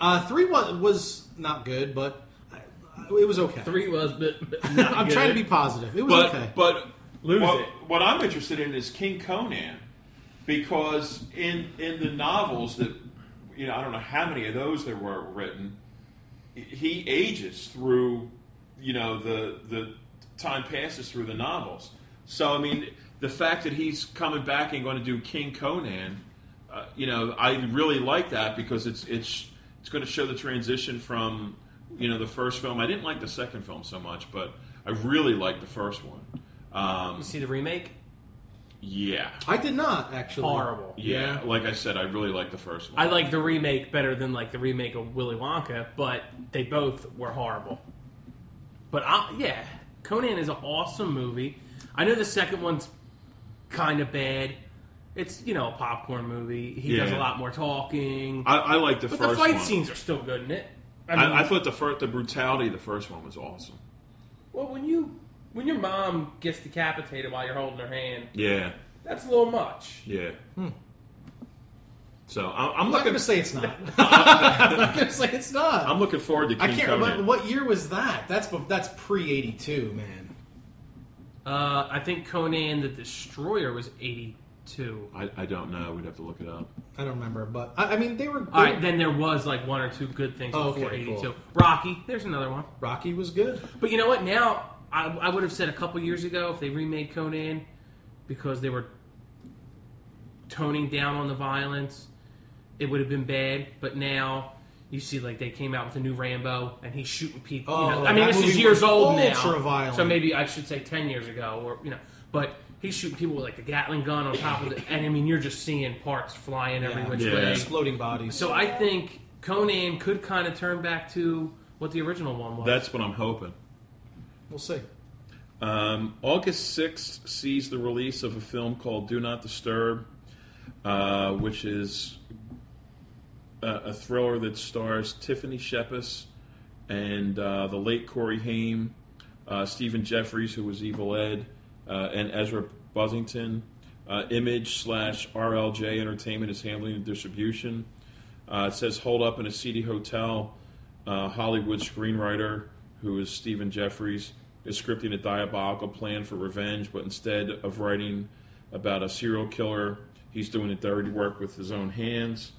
Uh, three was, was not good, but I, I- it was okay. Three was, but, but not I'm good. trying to be positive. It was but okay. but Lose what, it. what I'm interested in is King Conan because in in the novels that you know I don't know how many of those there were written he ages through you know the the time passes through the novels so I mean the fact that he's coming back and going to do King Conan uh, you know I really like that because it's it's it's going to show the transition from you know the first film I didn't like the second film so much but I really liked the first one um, You see the remake? yeah I did not actually. Horrible. yeah like I said I really liked the first one I like the remake better than like the remake of Willy Wonka, but they both were horrible. But I, yeah, Conan is an awesome movie. I know the second one's kind of bad. It's you know a popcorn movie. He does a Yeah. lot more talking, I, I like the but first the fight one. scenes are still good in it. I, mean, I, I thought the first, the brutality of the first one was awesome. well when you when your mom gets decapitated while you're holding her hand, Yeah, that's a little much. yeah. Hmm. So I, I'm I'm looking. not going to say it's not. I'm not going to say it's not. I'm looking forward to King I can't Conan. remember what year was that. That's bef- that's pre eighty two, man. Uh, I think Conan the Destroyer was eighty two. I, I don't know. We'd have to look it up. I don't remember, but I, I mean they were. Good. All right, then there was like one or two good things Oh, before okay, '82. cool. Rocky, there's another one. Rocky was good. But you know what? Now I, I would have said a couple years ago if they remade Conan because they were toning down on the violence, it would have been bad. But now you see, like they came out with a new Rambo and he's shooting people. you know. Oh, I mean, that this is movie years was old now, ultra-violent. so maybe I should say ten years ago, or you know, but. He's shooting people with like the Gatling gun on top of the, and I mean you're just seeing parts flying every Yeah, which Yeah. way. exploding bodies. So I think Conan could kind of turn back to what the original one was. That's what I'm hoping. We'll see. Um, August 6th sees the release of a film called Do Not Disturb, uh, which is a, a thriller that stars Tiffany Shepis and uh, the late Corey Haim, uh, Stephen Jeffries, who was Evil Ed, uh, and Ezra Buzzington. Uh, Image slash RLJ Entertainment is handling the distribution. Uh, it says hold up in a seedy hotel. Uh, Hollywood screenwriter, who is Stephen Jeffries, is scripting a diabolical plan for revenge, but instead of writing about a serial killer, he's doing the dirty work with his own hands.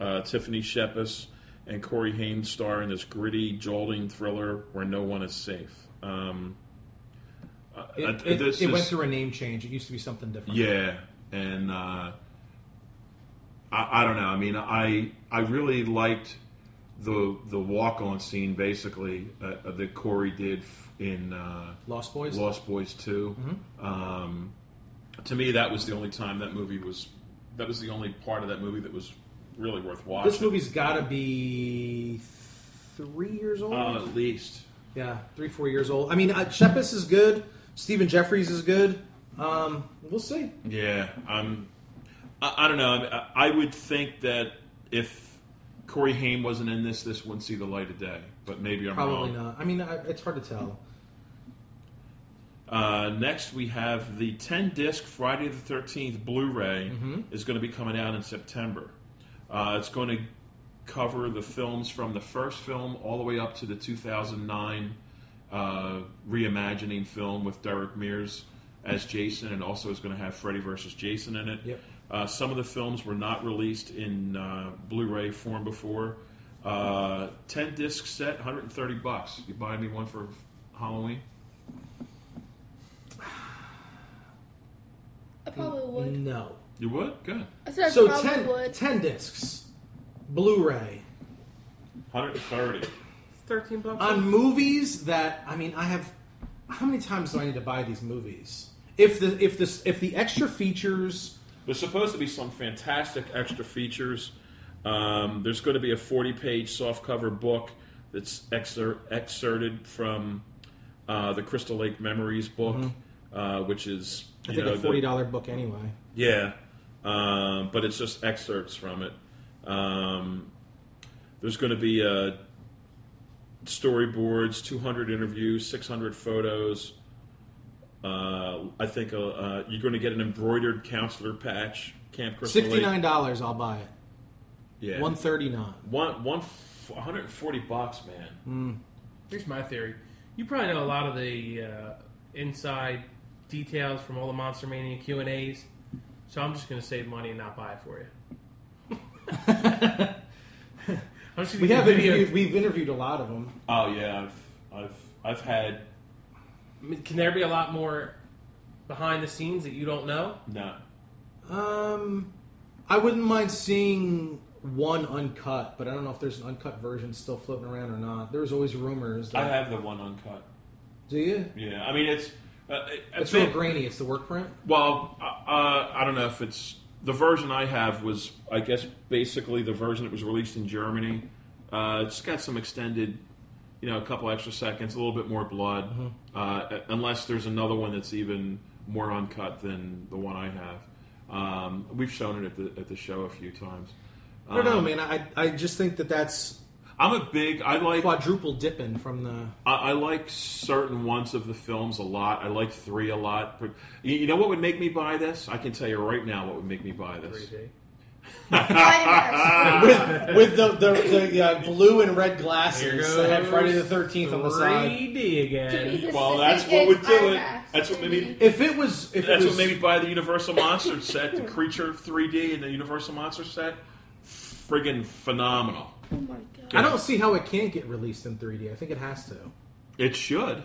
Uh, Tiffany Shepis and Corey Haim star in this gritty, jolting thriller where no one is safe. Um, uh, It, uh, it- this it went is- through a name change. It used to be something different. yeah, and uh, I, I don't know. I mean, I I really liked the the walk on scene basically uh, that Corey did f- in uh, Lost Boys? Lost Boys 2 Um, to me, that was the only time that movie was. That was the only part of that movie that was really worth watching. This movie's got to be three years old. uh, at least. yeah, three four years old. I mean, uh, Shepis is good. Stephen Jeffries is good. Um, we'll see. Yeah, I'm. I, I don't know. I, mean, I- I would think that if Corey Haim wasn't in this, this wouldn't see the light of day. But maybe I'm Probably wrong. not. I mean, I, it's hard to tell. Uh, next, we have the 10 disc Friday the 13th Blu ray Mhm. is going to be coming out in September. Uh, it's going to cover the films from the first film all the way up to the 2009 uh, reimagining film with Derek Mears as Jason, and also is going to have Freddy versus Jason in it. Yep. Uh, some of the films were not released in uh, Blu-ray form before. Uh, Ten disc set, 130 bucks. You buy me one for Halloween? I probably Mm. would. No. You would? Good. I said I so probably ten, would. 10 discs, Blu-ray 130. Thirteen bucks. on movies that I mean, I have. How many times do I need to buy these movies? If the if this if the extra features There's supposed to be some fantastic extra features. Um, there's going to be a 40 page softcover book that's excer- excerpted from uh, the Crystal Lake Memories book, uh, which is. Mm-hmm. I you think know, a the- forty dollar book anyway. Yeah, um, but it's just excerpts from it. Um, there's going to be uh, storyboards, 200 interviews, 600 photos. Uh, I think uh, uh, you're going to get an embroidered counselor patch. Camp Crystal Lake. Sixty nine dollars, I'll buy it. Yeah. One thirty nine. One, one, f- 140 bucks, man. Hmm. Here's my theory. You probably know a lot of the uh, inside details from all the Monster Mania Q and A's, so I'm just going to save money and not buy it for you. I'm just We going to have video. interviewed, we've interviewed a lot of them. Oh yeah, I've, I've, I've had I mean, Can there be a lot more behind the scenes that you don't know? no. Um, I wouldn't mind seeing one uncut, but I don't know if there's an uncut version still floating around or not. There's always rumors. I That, have the one uncut. do you? Yeah, I mean it's. Uh, it- It's a bit- real grainy. It's the work print. Well, uh, uh, I don't know if it's the version I have was, I guess, basically the version that was released in Germany. Uh, it's got some extended, you know, a couple extra seconds, a little bit more blood, uh, unless there's another one that's even more uncut than the one I have. Um, we've shown it at the at the show a few times. I don't know, Um, man. I I just think that that's I'm a big. I like. quadruple dipping from the. I, I like certain ones of the films a lot. I like three a lot. But you, you know what would make me buy this? I can tell you right now what would make me buy this. 3D. IMAX. with, with the the, the uh, blue and red glasses that had Friday the Thirteenth on the side. 3D To be again. Well, specific, that's what would it's do it. IMAX. That's what maybe- If it was, if That's it what was, made me buy the Universal Monster set, the Creature 3D and the Universal Monster set. Friggin' phenomenal. Oh my god. I don't see how it can't get released in 3D. I think it has to. It should, I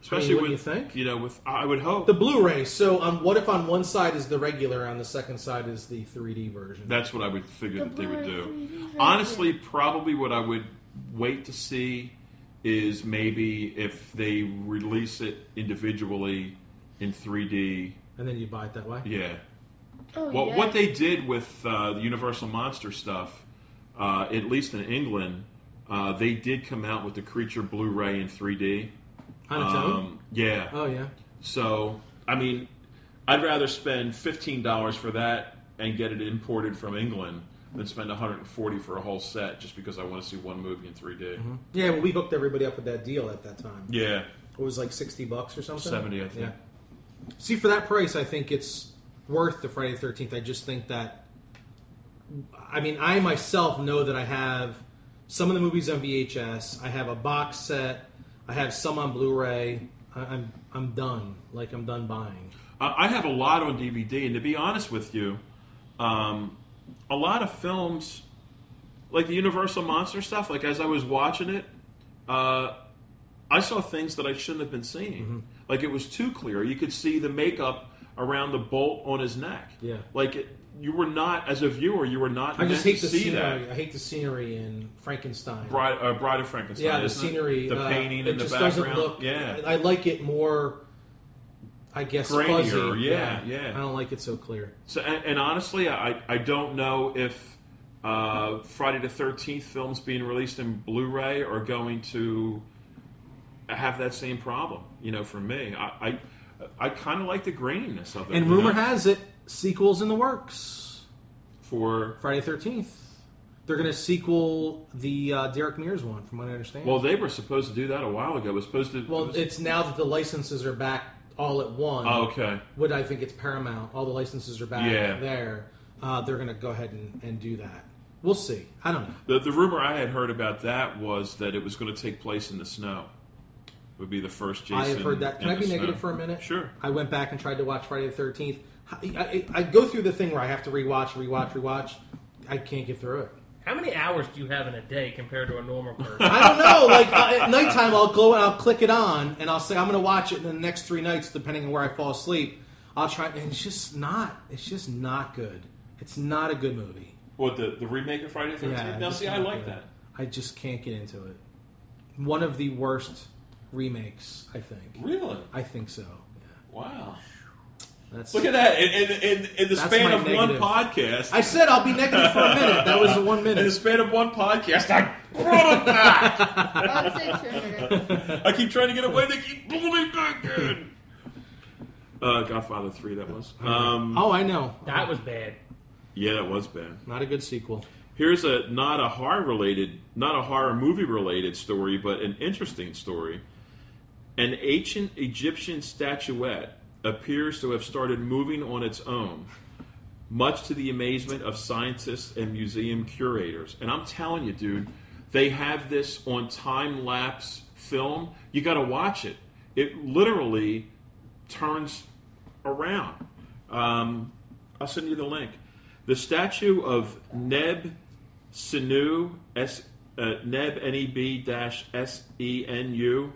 especially mean, with wouldn't you think? know with I would hope The Blu-ray. So, um, what if on one side is the regular, on the second side is the 3D version? that's what I would figure The that they would Blu-ray do. 3D version. Honestly, probably what I would wait to see is maybe if they release it individually in 3D. and then you buy it that way. Yeah. Oh, Well, yeah. what they did with uh, the Universal Monster stuff uh, at least in England, uh, they did come out with the Creature Blu-ray in 3D. On Oh, its own? um, Yeah. Oh yeah. So, I mean, I'd rather spend fifteen dollars for that and get it imported from England than spend one hundred and forty for a whole set just because I want to see one movie in three D. Yeah, well, we hooked everybody up with that deal at that time. Yeah, It was like 60 bucks or something. 70, I think. Yeah. See, for that price, I think it's worth the Friday the 13th. I just think that, I mean, I myself know that I have some of the movies on VHS, I have a box set, I have some on Blu ray. I'm, I'm done. Like, I'm done buying. I I have a lot on DVD, and to be honest with you, um, a lot of films, like the Universal Monster stuff, like as I was watching it, uh, I saw things that I shouldn't have been seeing. Mm-hmm. Like it was too clear. You could see the makeup around the bolt on his neck. Yeah. Like it, you were not, as a viewer, you were not. I just meant hate to the see that. scenery. I hate the scenery in Frankenstein. Bride, uh, Bride of Frankenstein. Yeah, the isn't it? scenery, the uh, painting, it in the just background. doesn't look- yeah, I like it more. I guess Grainier, fuzzy. yeah, yeah. I don't like it so clear. So, and, and honestly, I, I don't know if uh, Friday the Thirteenth films being released in Blu-ray are going to have that same problem. You know, for me, I I, I kind of like the graininess of it. And you rumor know, has it sequels in the works. for Friday Thirteenth. They're going to sequel the uh, Derek Mears one, from what I understand. well, they were supposed to do that a while ago. It was supposed to. Well, it's now that the licenses are back all at one. Oh, okay. What I think it's Paramount. All the licenses are back Yeah. there. Uh, they're going to go ahead and, and do that. We'll see. I don't know. the, the rumor I had heard about that was that it was going to take place in the snow. Would be the first Jason. I have heard that. Can in I be the negative snow. for a minute? Sure. I went back and tried to watch Friday the Thirteenth. I, I, I go through the thing where I have to rewatch, rewatch, rewatch. I can't get through it. How many hours do you have in a day compared to a normal person? I don't know. Like uh, at nighttime, I'll go and I'll click it on, and I'll say I'm going to watch it in the next three nights, depending on where I fall asleep. I'll try, and it's just not. It's just not good. It's not a good movie. What the the remake of Friday the Thirteenth? Yeah, now, just see, I not like good. that. I just can't get into it. One of the worst remakes, I think. Really? I think so. Wow. That's Look at that! In, in, in, in the That's span my of one negative. podcast, I said I'll be negative for a minute. That was the one minute. In the span of one podcast, I brought it back. I keep trying to get away. They keep pulling me back in. Uh, Godfather three, that was. Um, oh, I know. That was bad. yeah, that was bad. Not a good sequel. Here's a not a horror related, not a horror movie related story, but an interesting story. An ancient Egyptian statuette appears to have started moving on its own, much to the amazement of scientists and museum curators. And I'm telling you, dude, they have this on time lapse film. You got to watch it. It literally turns around. Um, I'll send you the link. The statue of Neb Sinu, S, uh, Neb N-E-B dash S-E-N-U,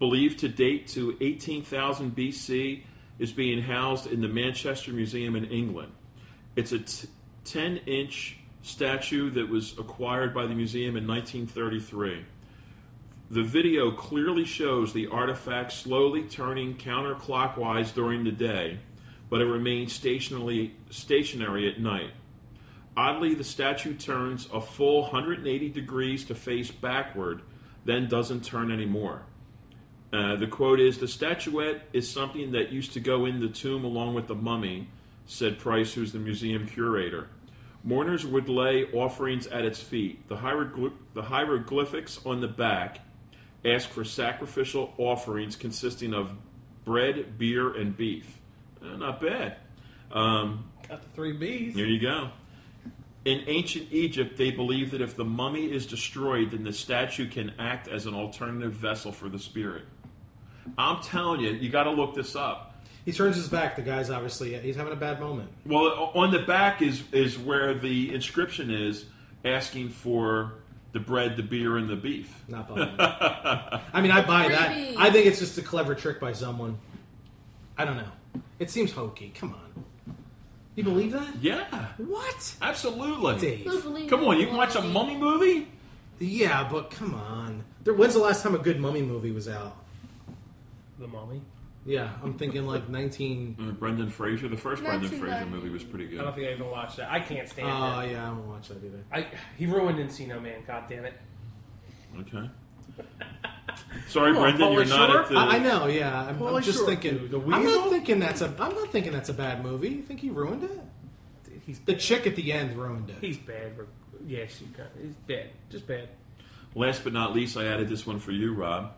believed to date to 18,000 BC, is being housed in the Manchester Museum in England. It's a t- 10 inch statue that was acquired by the museum in 1933. The video clearly shows the artifact slowly turning counterclockwise during the day, but it remains stationary, stationary at night. Oddly, the statue turns a full 180 degrees to face backward, then doesn't turn anymore. Uh, the quote is The statuette is something that used to go in the tomb along with the mummy, said Price, who's the museum curator. Mourners would lay offerings at its feet. The, hieroglyph- the hieroglyphics on the back ask for sacrificial offerings consisting of bread, beer, and beef. Eh, not bad. Um, Got the three B's. there you go. In ancient Egypt, they believed that if the mummy is destroyed, then the statue can act as an alternative vessel for the spirit. I'm telling you, you got to look this up. He turns his back. The guy's obviously he's having a bad moment. Well, o- on the back is is where the inscription is asking for the bread, the beer, and the beef. Not buying. it. I mean, I buy Creepy. that. I think it's just a clever trick by someone. I don't know. It seems hokey. Come on. You believe that? Yeah, What? absolutely. Dave. Come on, you can watch a mummy movie. Yeah, but come on. There, when's the last time a good mummy movie was out? The mummy. Yeah, I'm thinking like 19. Uh, Brendan Fraser. The first Brendan 1990. Fraser movie was pretty I good. don't think I even watched that. I can't Oh stand Uh, it. yeah, I won't watch that either. I he ruined Encino Man. God damn it. Okay. Sorry, Come on, Brendan, you're Pauly not Shore. at the. I I know, yeah. I'm, Pauly I'm just Shore, thinking. dude, the I'm Weasel? not thinking that's a. I'm not thinking that's a bad movie. You think he ruined it? the chick at the end ruined it. He's bad. for- Yeah, she got- he's bad. Just bad. Last but not least, I added this one for you, Rob.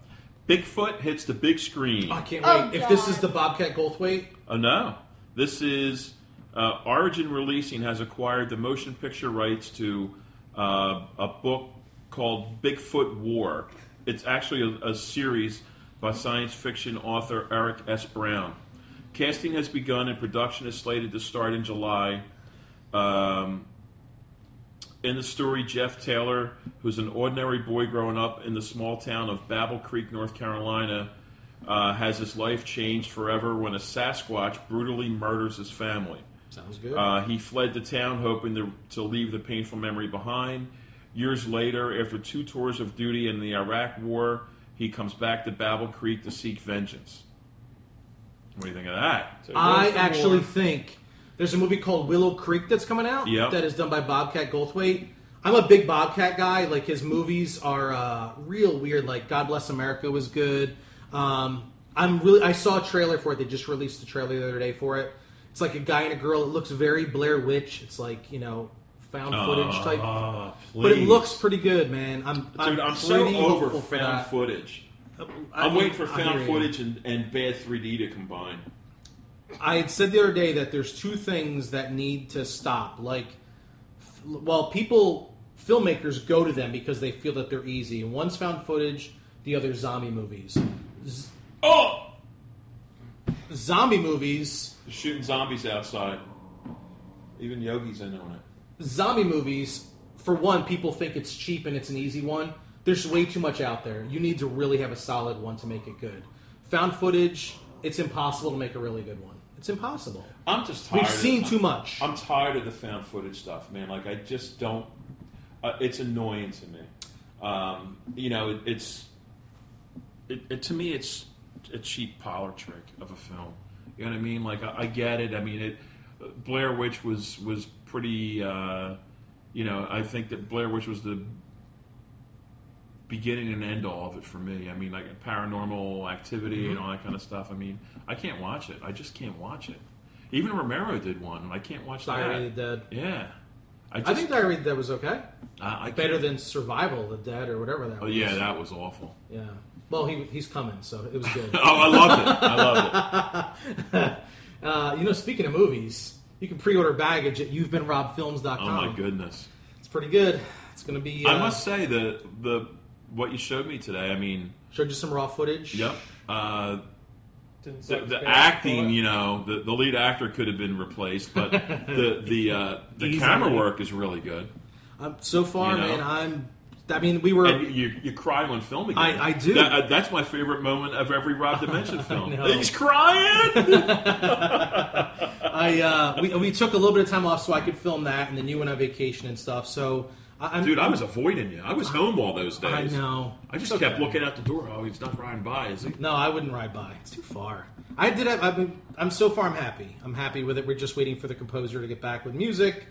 Bigfoot hits the big screen. I can't Oh, wait. if this is the Bobcat Goldthwait, Oh no! This is uh, Origin Releasing has acquired the motion picture rights to uh, a book called Bigfoot War. It's actually a, a series by science fiction author Eric S. Brown. Casting has begun and production is slated to start in July. Um, in the story, Jeff Taylor, who's an ordinary boy growing up in the small town of Babel Creek, North Carolina, uh, has his life changed forever when a Sasquatch brutally murders his family. sounds good. Uh, he fled the town hoping to, to leave the painful memory behind. Years later, after two tours of duty in the Iraq War, he comes back to Babel Creek to seek vengeance. What do you think of that? I Where's the actually war? think there's a movie called Willow Creek that's coming out Yep. that is done by Bobcat Goldthwait. I'm a big Bobcat guy. Like his movies are uh, real weird. Like God Bless America was good. Um, I'm really. I saw a trailer for it. They just released the trailer the other day for it. It's like a guy and a girl. It looks very Blair Witch. It's like you know found footage type. Oh, but it please. looks pretty good, man. I'm Dude, I'm, so pretty over hopeful for found that. footage. I- I'm waiting for I hear found you. footage and, and bad 3D to combine. I had said the other day that there's two things that need to stop. Like, f- well, people, filmmakers go to them because they feel that they're easy. And one's found footage, the other's zombie movies. Z- Oh! zombie movies, They're shooting zombies outside. Even Yogi's in on it. zombie movies. For one, people think it's cheap and it's an easy one. There's way too much out there. You need to really have a solid one to make it good. Found footage, it's impossible to make a really good one. It's impossible. I'm just tired. We've seen of, too much. I'm tired of the found footage stuff, man. Like I just don't. Uh, it's annoying to me. Um, you know, it, it's it, it to me it's a cheap parlor trick of a film. You know what I mean? Like I, I get it. I mean, it Blair Witch was was pretty. Uh, you know, I think that Blair Witch was the beginning and end all of it for me. I mean, like paranormal activity Mm-hmm. and all that kind of stuff. I mean, I can't watch it. I just can't watch it. Even Romero did one, and I can't watch Diary of that. the Dead. Yeah, I just I think Diary of the Dead was okay. I, I better can't- than Survival of the Dead or whatever that Oh was. yeah, that was awful. yeah. Well, he, he's coming, so it was good. Oh, I loved it. I loved it. uh, you know, speaking of movies, you can pre-order baggage at you'veBeenRobFilms.com. Oh my goodness. It's pretty good. It's going to be. Uh, I must say the the what you showed me today. I mean, showed you some raw footage. yep. Uh, Didn't the, suck the bad. acting, you know, the, the lead actor could have been replaced, but the the uh, the Easily. camera work is really good. Um, so far, You know. man, I'm. I mean, we were. And you, you cry when filming. I- it. I do. That- uh, that's my favorite moment of every Rob Dimension film. know. He's crying. I uh, we, we took a little bit of time off so I could film that, and then you went on vacation and stuff. So I, I'm. Dude, I was avoiding you. I was home all those days. I know. I just It's kept okay. looking out the door. Oh, he's not riding by, is he? No, I wouldn't ride by. It's too far. I did. Have, I've been, I'm so far. I'm happy. I'm happy with it. We're just waiting for the composer to get back with music,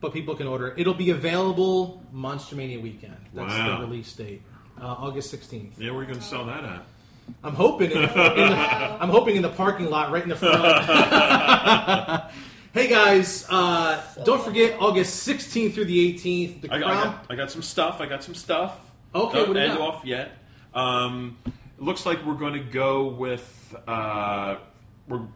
but people can order. it. It'll be available Monster Mania weekend. That's Wow. the release date, uh, August 16th. Yeah, where are you going to sell that at? I'm hoping. In, in the, I'm hoping in the parking lot, right in the front. hey guys, uh, don't forget August 16th through the 18th. The I got, I, Crown got, I got some stuff. I got some stuff. Okay, Don't what do you end got? off yet. Um, it looks like we're going to go with uh, we're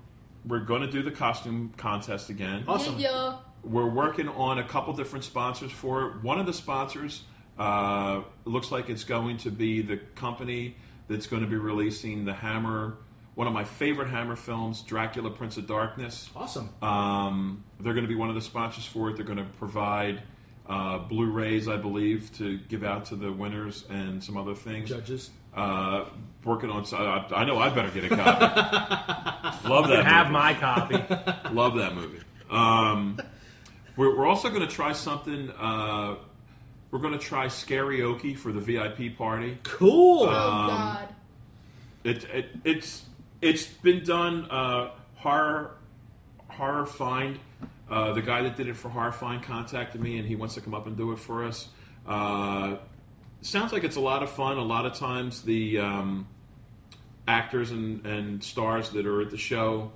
we're going to do the costume contest again. Awesome. Yeah. We're working on a couple different sponsors for it. One of the sponsors uh, looks like it's going to be the company that's going to be releasing the Hammer, one of my favorite Hammer films, Dracula, Prince of Darkness. Awesome. Um, they're going to be one of the sponsors for it. They're going to provide uh, Blu-rays, I believe, to give out to the winners and some other things. Judges. Uh, working on. so I, I know I better get a copy. Love You that. have movie. my copy. Love that movie. Um, we're, we're also going to try something. Uh, we're going to try Scarioke for the VIP party. Cool. Oh God. It, it, it's It's been done. Uh, horror, horror find. Uh, the guy that did it for horror find contacted me, and he wants to come up and do it for us. Uh, sounds like it's a lot of fun. A lot of times the um, actors and, and stars that are at the show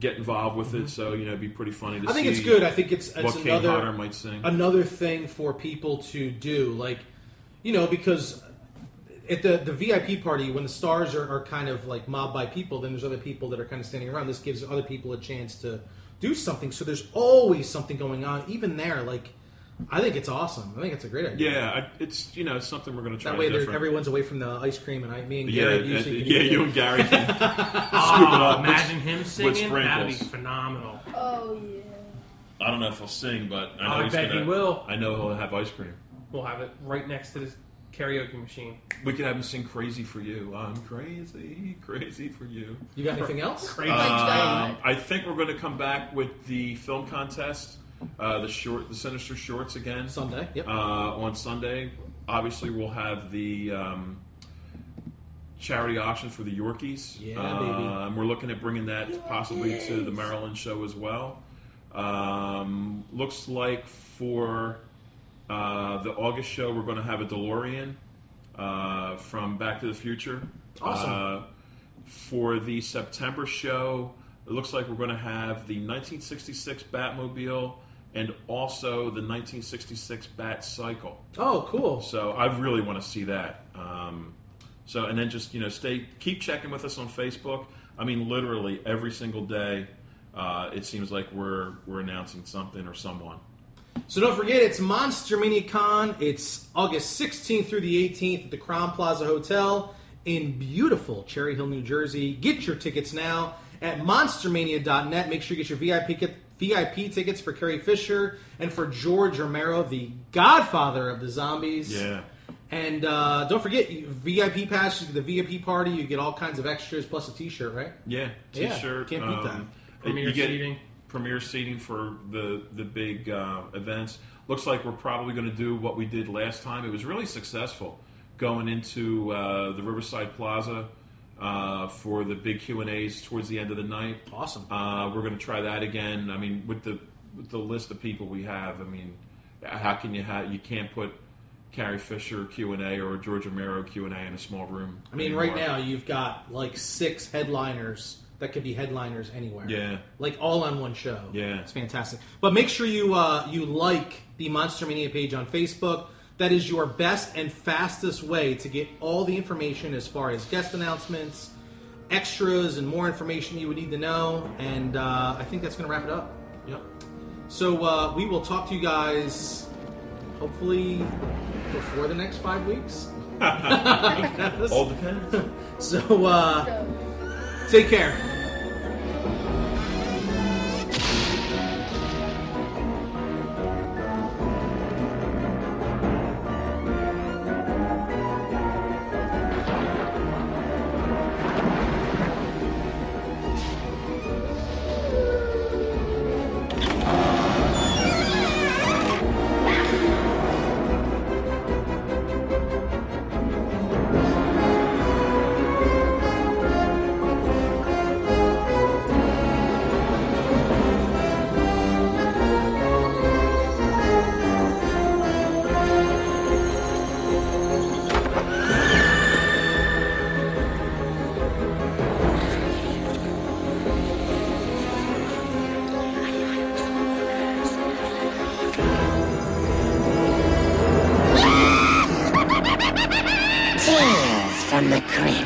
get involved with it, so you know, it'd be pretty funny to Mm-hmm. I think see it's good. I think it's, what it's King another Hodder might sing. another thing for people to do, like you know, because at the the VIP party when the stars are, are kind of like mobbed by people, then there's other people that are kind of standing around. This gives other people a chance to do something. So there's always something going on, even there. Like I think it's awesome. I think it's a great idea. yeah, I, it's you know it's something we're going to try That way, to they're- different. everyone's away from the ice cream, and I, me and yeah, Gary uh, usually can yeah, do you that. and Gary can scoop it Oh, up. with- imagine him with singing. That'd be sprinkles. phenomenal. Oh yeah. I don't know if he'll sing, but I know I he's bet gonna, he will. I know he'll have ice cream. We'll have it right next to this karaoke machine. We could have him sing "Crazy for You." I'm crazy, crazy for you. You got anything else? Crazy. Um, I think we're going to come back with the film contest, uh, the short, the Sinister Shorts again Sunday. Yep. uh, on Sunday. Obviously, we'll have the um, charity auction for the Yorkies. Yeah, baby. um, We're looking at bringing that possibly to the Yorkies. Maryland show as well. Um, looks like for uh, the August show, we're going to have a DeLorean uh, from Back to the Future. Awesome. Uh, for the September show, it looks like we're going to have the 1966 Batmobile and also the 1966 Bat Cycle. oh, cool. So I really want to see that. Um, so and then just you know stay keep checking with us on Facebook. I mean, literally every single day, uh, it seems like we're we're announcing something or someone. So don't forget, it's Monster Mini Con. It's August 16th through the 18th at the Crown Plaza Hotel in beautiful Cherry Hill, New Jersey. Get your tickets now at monstermania.net. Make sure you get your VIP kit- VIP tickets for Carrie Fisher and for George Romero, the godfather of the zombies. Yeah. And uh, don't forget, you- VIP pass, you get the VIP party, you get all kinds of extras plus a t shirt, right? Yeah, Yeah, t-shirt. um, can't beat that. Premier you get seating. Premier seating for the the big uh, events. Looks like we're probably going to do what we did last time. It was really successful going into uh, the Riverside Plaza uh, for the big Q and A's towards the end of the night. Awesome. Uh, we're going to try that again. I mean, with the with the list of people we have, I mean, how can you have you can't put Carrie Fisher Q and A or George Romero Q and A in a small room? I mean, right anymore. now you've got like six headliners that could be headliners anywhere. Yeah. like all on one show. Yeah. it's fantastic. But make sure you uh, you like the Monster Mania page on Facebook. That is your best and fastest way to get all the information as far as guest announcements, extras, and more information you would need to know. And uh, I think that's going to wrap it up. Yep. So uh, we will talk to you guys hopefully before the next five weeks. All depends. So uh, So. take care.